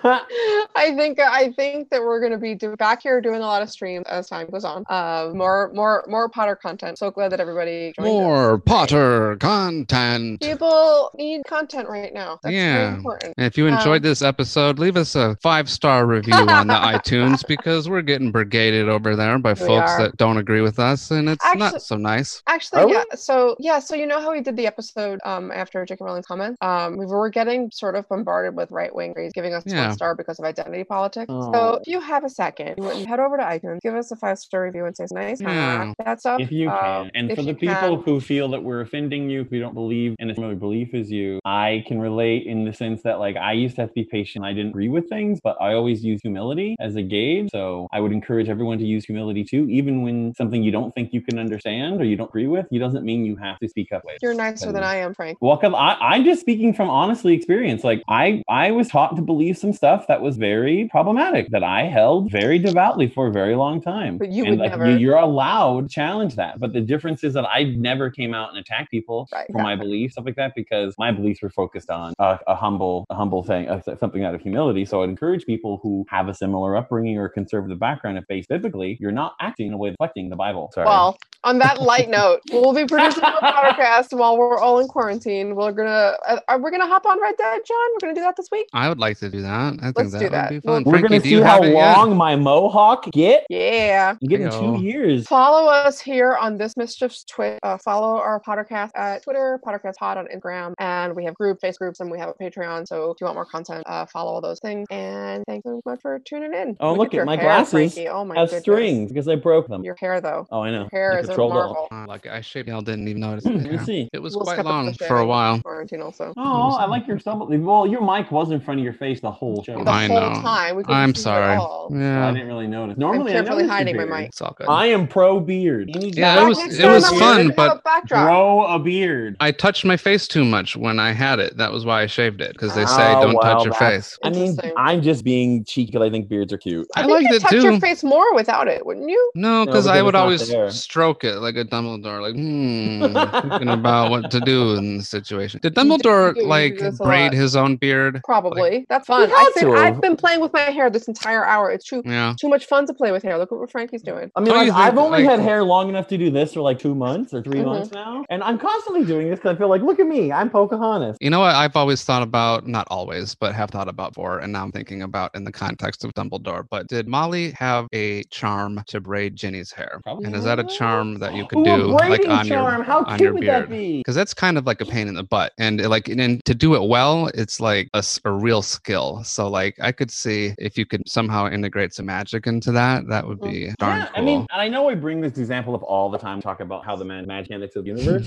Speaker 1: I. I think I think that we're gonna be do, back here doing a lot of streams as time goes on. Uh, more more more Potter content. So glad that everybody joined. us.
Speaker 5: more Potter content.
Speaker 1: People need content right now. That's
Speaker 5: Yeah.
Speaker 1: very important.
Speaker 5: And if you enjoyed
Speaker 1: Um,
Speaker 5: this episode, leave us a five star review on the iTunes because we're getting brigaded over there by folks
Speaker 1: are.
Speaker 5: that don't agree with us, and it's
Speaker 1: Actu-
Speaker 5: not so nice.
Speaker 1: Actually,
Speaker 6: Are we?
Speaker 1: yeah. So yeah, so you know how we did the episode um after J.K. Rowling's comments? Um, we were getting sort of bombarded with right wing giving us
Speaker 5: Yeah.
Speaker 1: one star because of identity politics.
Speaker 6: Oh.
Speaker 1: So if you have a second, you would head over to iTunes, give us a five star review, and say some nice
Speaker 5: Yeah.
Speaker 1: yeah. that stuff.
Speaker 6: If you
Speaker 1: Um,
Speaker 6: can. And
Speaker 1: if
Speaker 6: for the
Speaker 1: you
Speaker 6: people
Speaker 1: can.
Speaker 6: who feel that we're offending you, if you don't believe in a similar belief as you, I can relate in the sense that, like, I used to have to be patient. I didn't agree with things, but I always use humility as a gauge. So I would encourage everyone to use humility too, even when something you don't think you can understand or you don't agree with, you doesn't mean you have to speak up with.
Speaker 1: you're nicer than I am, Frank.
Speaker 6: Well, 'cause I, I'm just speaking from honestly experience. Like I, I was taught to believe some stuff that was very problematic that I held very devoutly for a very long time.
Speaker 1: But you
Speaker 6: and
Speaker 1: would
Speaker 6: like,
Speaker 1: never-
Speaker 6: You, you're allowed to challenge that. But the difference is that I never came out and attacked people
Speaker 1: Right,
Speaker 6: for my beliefs, stuff like that, because my beliefs were focused on uh, a humble, a humble thing, uh, something out of humility. So I'd encourage people who have a similar upbringing or conservative background, if based biblically, you're not acting in a way reflecting the Bible. Sorry.
Speaker 1: Well, on that light note, we'll be producing a podcast while we're all in quarantine. We're gonna uh, are we gonna hop on Red Dead, John? We're gonna do that this week.
Speaker 5: I would like to do that. I think
Speaker 1: Let's
Speaker 5: that
Speaker 1: do
Speaker 5: would
Speaker 1: that.
Speaker 5: be
Speaker 1: Well,
Speaker 5: fun.
Speaker 6: we're
Speaker 5: Frankie,
Speaker 6: gonna
Speaker 5: do you
Speaker 6: see how
Speaker 5: have it yet?
Speaker 6: long my mohawk get.
Speaker 1: Yeah.
Speaker 6: I'm getting
Speaker 5: Heyo.
Speaker 6: two years.
Speaker 1: Follow us here on This Mischief's Twitch. Uh, follow our podcast at Twitter, Pottercast Pod on Instagram, and and we have group face groups and we have a Patreon. So if you want more content, uh, follow all those things. And thanks so much for tuning in.
Speaker 6: Oh, look
Speaker 1: at
Speaker 6: at my
Speaker 1: hair,
Speaker 6: glasses
Speaker 1: Frankie. Oh my
Speaker 6: Have
Speaker 1: goodness.
Speaker 6: strings because I broke them.
Speaker 1: Your hair though.
Speaker 6: Oh, I know.
Speaker 1: Your hair
Speaker 6: I
Speaker 1: is a
Speaker 6: controlled it all.
Speaker 1: marvel.
Speaker 5: Uh, like I shaved, y'all didn't even notice.
Speaker 6: Hmm,
Speaker 5: yeah.
Speaker 6: I see.
Speaker 5: It was
Speaker 1: We'll
Speaker 5: quite
Speaker 1: step up
Speaker 5: long
Speaker 1: the
Speaker 5: for a
Speaker 1: shaving.
Speaker 5: while.
Speaker 1: Quarantine also.
Speaker 6: Oh, I like your sub. Well, your mic was in front of your face the whole show.
Speaker 1: The
Speaker 6: I,
Speaker 5: I
Speaker 1: whole
Speaker 5: know.
Speaker 1: time. We couldn't
Speaker 5: I'm
Speaker 1: see you at
Speaker 5: sorry.
Speaker 1: all.
Speaker 5: Yeah,
Speaker 6: didn't really notice. Normally, I
Speaker 1: carefully
Speaker 6: notice your
Speaker 1: hiding my
Speaker 6: beard.
Speaker 1: mic.
Speaker 5: it's all good.
Speaker 6: I am pro beard. You need to
Speaker 5: Yeah, it
Speaker 1: Back
Speaker 5: was-
Speaker 1: next
Speaker 5: it
Speaker 1: time
Speaker 5: was
Speaker 1: I wanted
Speaker 5: fun,
Speaker 1: to have
Speaker 5: but-
Speaker 1: a backdrop.
Speaker 6: grow a beard.
Speaker 5: I touched my face too much when I had it. That was why I shaved it because they say
Speaker 6: Oh,
Speaker 5: don't
Speaker 6: well,
Speaker 5: touch your
Speaker 6: that's-
Speaker 5: face.
Speaker 6: I mean,
Speaker 1: Interesting.
Speaker 6: I'm just being cheeky. 'cause I think beards are cute.
Speaker 5: I
Speaker 1: I think
Speaker 5: liked
Speaker 1: you'd
Speaker 5: it
Speaker 1: touch your
Speaker 5: too.
Speaker 1: face more without it, wouldn't you?
Speaker 5: No,
Speaker 6: No,
Speaker 5: because
Speaker 6: because
Speaker 5: I
Speaker 6: it's
Speaker 5: would
Speaker 6: not
Speaker 5: always
Speaker 6: there.
Speaker 5: stroke it like a Dumbledore, like hmm, thinking about what to do in this situation. Did Dumbledore
Speaker 1: do- you do
Speaker 5: like
Speaker 1: this a
Speaker 5: braid
Speaker 1: lot.
Speaker 5: his own beard?
Speaker 1: Probably. That's fun.
Speaker 6: had
Speaker 1: I've been,
Speaker 6: to.
Speaker 1: I've been playing with my hair this entire hour. It's too
Speaker 5: Yeah.
Speaker 1: too much fun to play with hair. Look at what Frankie's doing.
Speaker 6: I mean,
Speaker 5: Don't
Speaker 6: like,
Speaker 5: you think,
Speaker 6: I've only
Speaker 5: like-
Speaker 6: had hair long enough to do this for like two months or 3
Speaker 1: Mhm.
Speaker 6: months now, and I'm constantly doing this because I feel like, look at me, I'm Pocahontas.
Speaker 5: You know what I've always thought about, not always, but have thought about for, and now I'm thinking about in the context of Dumbledore. But did Molly have a charm to braid Ginny's hair? And is that a charm that you could
Speaker 6: Ooh,
Speaker 5: do
Speaker 6: a braiding
Speaker 5: like on
Speaker 6: charm.
Speaker 5: your
Speaker 6: How
Speaker 5: on
Speaker 6: cute
Speaker 5: your
Speaker 6: would
Speaker 5: beard?
Speaker 6: that be?
Speaker 5: Because that's kind of like a pain in the butt, and it, like and, and to do it well, it's like a, s- a real skill. So like I could see if you could somehow integrate some magic into that, that would be darn
Speaker 6: Mm, yeah,
Speaker 5: cool.
Speaker 6: I mean, and I know I bring this example up all the time, talk about how the man- mechanics of the universe.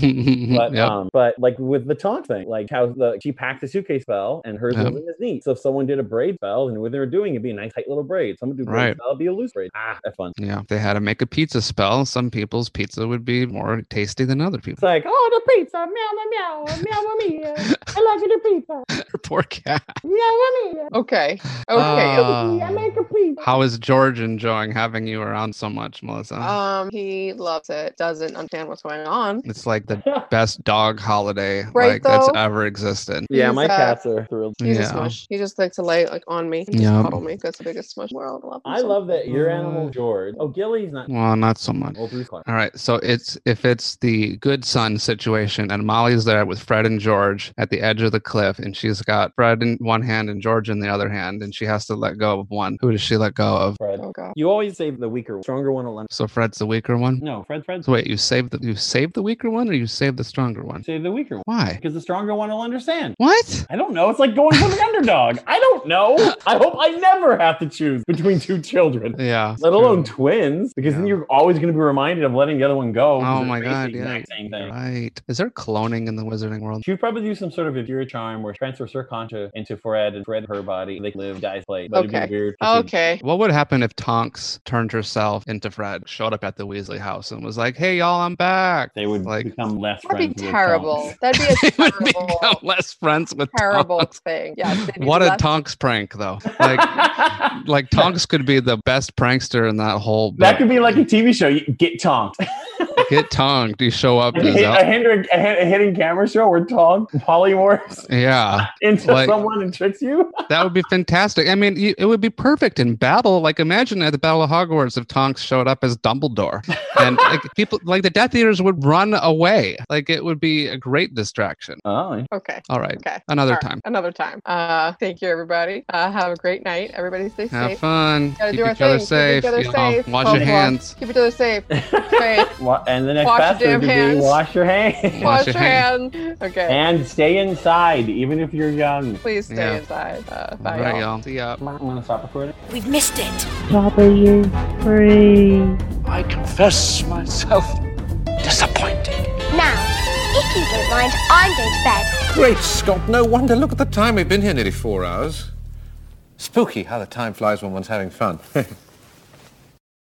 Speaker 6: But
Speaker 5: Yep.
Speaker 6: um, but like with the taunt thing, like how the she packed a suitcase spell and hers
Speaker 5: Yep.
Speaker 6: wasn't as neat. So if someone did a braid spell and when they were doing it, it'd be a nice tight little braid. Someone do braid
Speaker 5: Right.
Speaker 6: spell, it'd be a loose braid. Ah, that's fun.
Speaker 5: yeah, if they had to make a pizza spell. Some people's pizza would be more tasty than other
Speaker 6: It's
Speaker 5: people.
Speaker 6: like, oh, the pizza, meow, meow, meow, meow, mia. I love you, the pizza,
Speaker 5: Poor cat.
Speaker 6: meow, mia.
Speaker 1: Okay. Okay.
Speaker 5: Ah.
Speaker 6: I make a pizza.
Speaker 5: How is George enjoying having you around so much, Melissa?
Speaker 6: Uh,
Speaker 1: um, he loves it. Doesn't understand what's going on.
Speaker 5: it's like the best dog holiday
Speaker 1: Right,
Speaker 5: like that's
Speaker 1: though?
Speaker 5: ever existed.
Speaker 6: yeah, my
Speaker 1: He's, uh,
Speaker 6: cats are thrilled.
Speaker 1: He's a
Speaker 5: Yeah.
Speaker 1: smush. He just likes to lay like on me and just
Speaker 5: Yeah.
Speaker 1: cuddle me. That's the biggest smush in the world. love him
Speaker 6: I
Speaker 1: so
Speaker 6: love that your
Speaker 5: Uh,
Speaker 6: animal George. Oh, Gilly's not.
Speaker 5: Well, not so much.
Speaker 6: Well, Bruce Clark.
Speaker 5: All right, so it's if it's the good son situation, and Molly's there with Fred and George at the edge of the cliff, and she's got Fred in one hand and George in the other hand, and she has to let go of one. Who does she let go of?
Speaker 6: Fred.
Speaker 1: Oh god.
Speaker 6: You always save the weaker, stronger one. alone.
Speaker 5: So Fred's the weaker one.
Speaker 6: No, Fred. Fred's
Speaker 5: So wait, you saved the you saved the weaker one, or you saved the stronger one?
Speaker 6: save the weaker one
Speaker 5: Why?
Speaker 6: because the stronger one will understand.
Speaker 5: What?
Speaker 6: I don't know. It's like going for the underdog. I don't know. I hope I never have to choose between two children,
Speaker 5: Yeah.
Speaker 6: let
Speaker 5: true.
Speaker 6: alone twins, because then
Speaker 5: Yeah.
Speaker 6: you're always going to be reminded of letting the other one go. 'cause
Speaker 5: Oh
Speaker 6: they're
Speaker 5: my god!
Speaker 6: basically the
Speaker 5: Yeah.
Speaker 6: exact same thing.
Speaker 5: Right. Is there cloning in the wizarding world?
Speaker 6: She would probably do some sort of inferior charm where she transfers her concha into Fred and Fred her body. They live, dies, play. But it'd
Speaker 1: Okay.
Speaker 6: be weird.
Speaker 1: Okay.
Speaker 5: What would happen if Tonks turned herself into Fred, showed up at the Weasley house, and was like, "Hey, y'all, I'm back."
Speaker 6: They would
Speaker 5: like
Speaker 6: become less
Speaker 1: That'd
Speaker 6: friends.
Speaker 1: be
Speaker 6: with
Speaker 1: terrible.
Speaker 6: Tonks.
Speaker 1: That'd be
Speaker 5: they
Speaker 1: a
Speaker 5: would become
Speaker 1: terrible,
Speaker 5: less friends with
Speaker 1: terrible
Speaker 5: Tonks.
Speaker 1: thing. Yes. they'd be
Speaker 5: What a
Speaker 1: less-
Speaker 5: Tonks prank, though. Like, like Tonks could be the best prankster in that whole.
Speaker 6: that
Speaker 5: book.
Speaker 6: could be like a TV show. You get tonked.
Speaker 5: get Tonked. You show up
Speaker 6: a,
Speaker 5: as
Speaker 6: hid- a,
Speaker 5: out.
Speaker 6: hidden, a hid- a hidden camera show where Tonk polymorphs
Speaker 5: Yeah,
Speaker 6: into
Speaker 5: Like-
Speaker 6: someone and tricks you.
Speaker 5: that would be fantastic. I mean, you- it would be perfect in battle. Like, imagine at the Battle of Hogwarts if Tonks showed up as Dumbledore, and like people, like the Death Eaters would run away. Like, it would be a great distraction.
Speaker 6: Oh,
Speaker 1: Okay.
Speaker 5: All right,
Speaker 1: Okay.
Speaker 5: another
Speaker 1: All right,
Speaker 5: time.
Speaker 1: Another time. Uh, thank you, everybody. Uh, have a great night. Everybody stay
Speaker 5: Have
Speaker 1: safe.
Speaker 5: fun.
Speaker 1: Gotta
Speaker 5: Keep
Speaker 1: do our
Speaker 5: each
Speaker 1: thing.
Speaker 5: other
Speaker 1: Keep each
Speaker 5: safe.
Speaker 1: other
Speaker 5: you
Speaker 1: safe.
Speaker 5: Know, wash
Speaker 1: Hope
Speaker 5: your
Speaker 1: well.
Speaker 5: hands.
Speaker 1: Keep each other safe. Safe.
Speaker 6: Wa- and the next
Speaker 1: Wash your
Speaker 6: password
Speaker 1: damn
Speaker 6: would be
Speaker 1: hands.
Speaker 6: wash your
Speaker 5: Wash
Speaker 6: hands
Speaker 1: Wash
Speaker 5: your
Speaker 1: your hand. Okay.
Speaker 6: and stay inside, even if you're young.
Speaker 1: Please stay
Speaker 5: Yeah.
Speaker 1: inside. Uh,
Speaker 5: All
Speaker 1: bye,
Speaker 5: right,
Speaker 1: y'all.
Speaker 5: y'all. See ya.
Speaker 6: I'm gonna stop recording.
Speaker 7: We've missed it.
Speaker 3: I confess myself disappointed.
Speaker 7: Now, if you don't mind, I'm going to bed.
Speaker 8: Great Scott, no wonder. Look at the time. We've been here nearly four hours. Spooky how the time flies when one's having fun.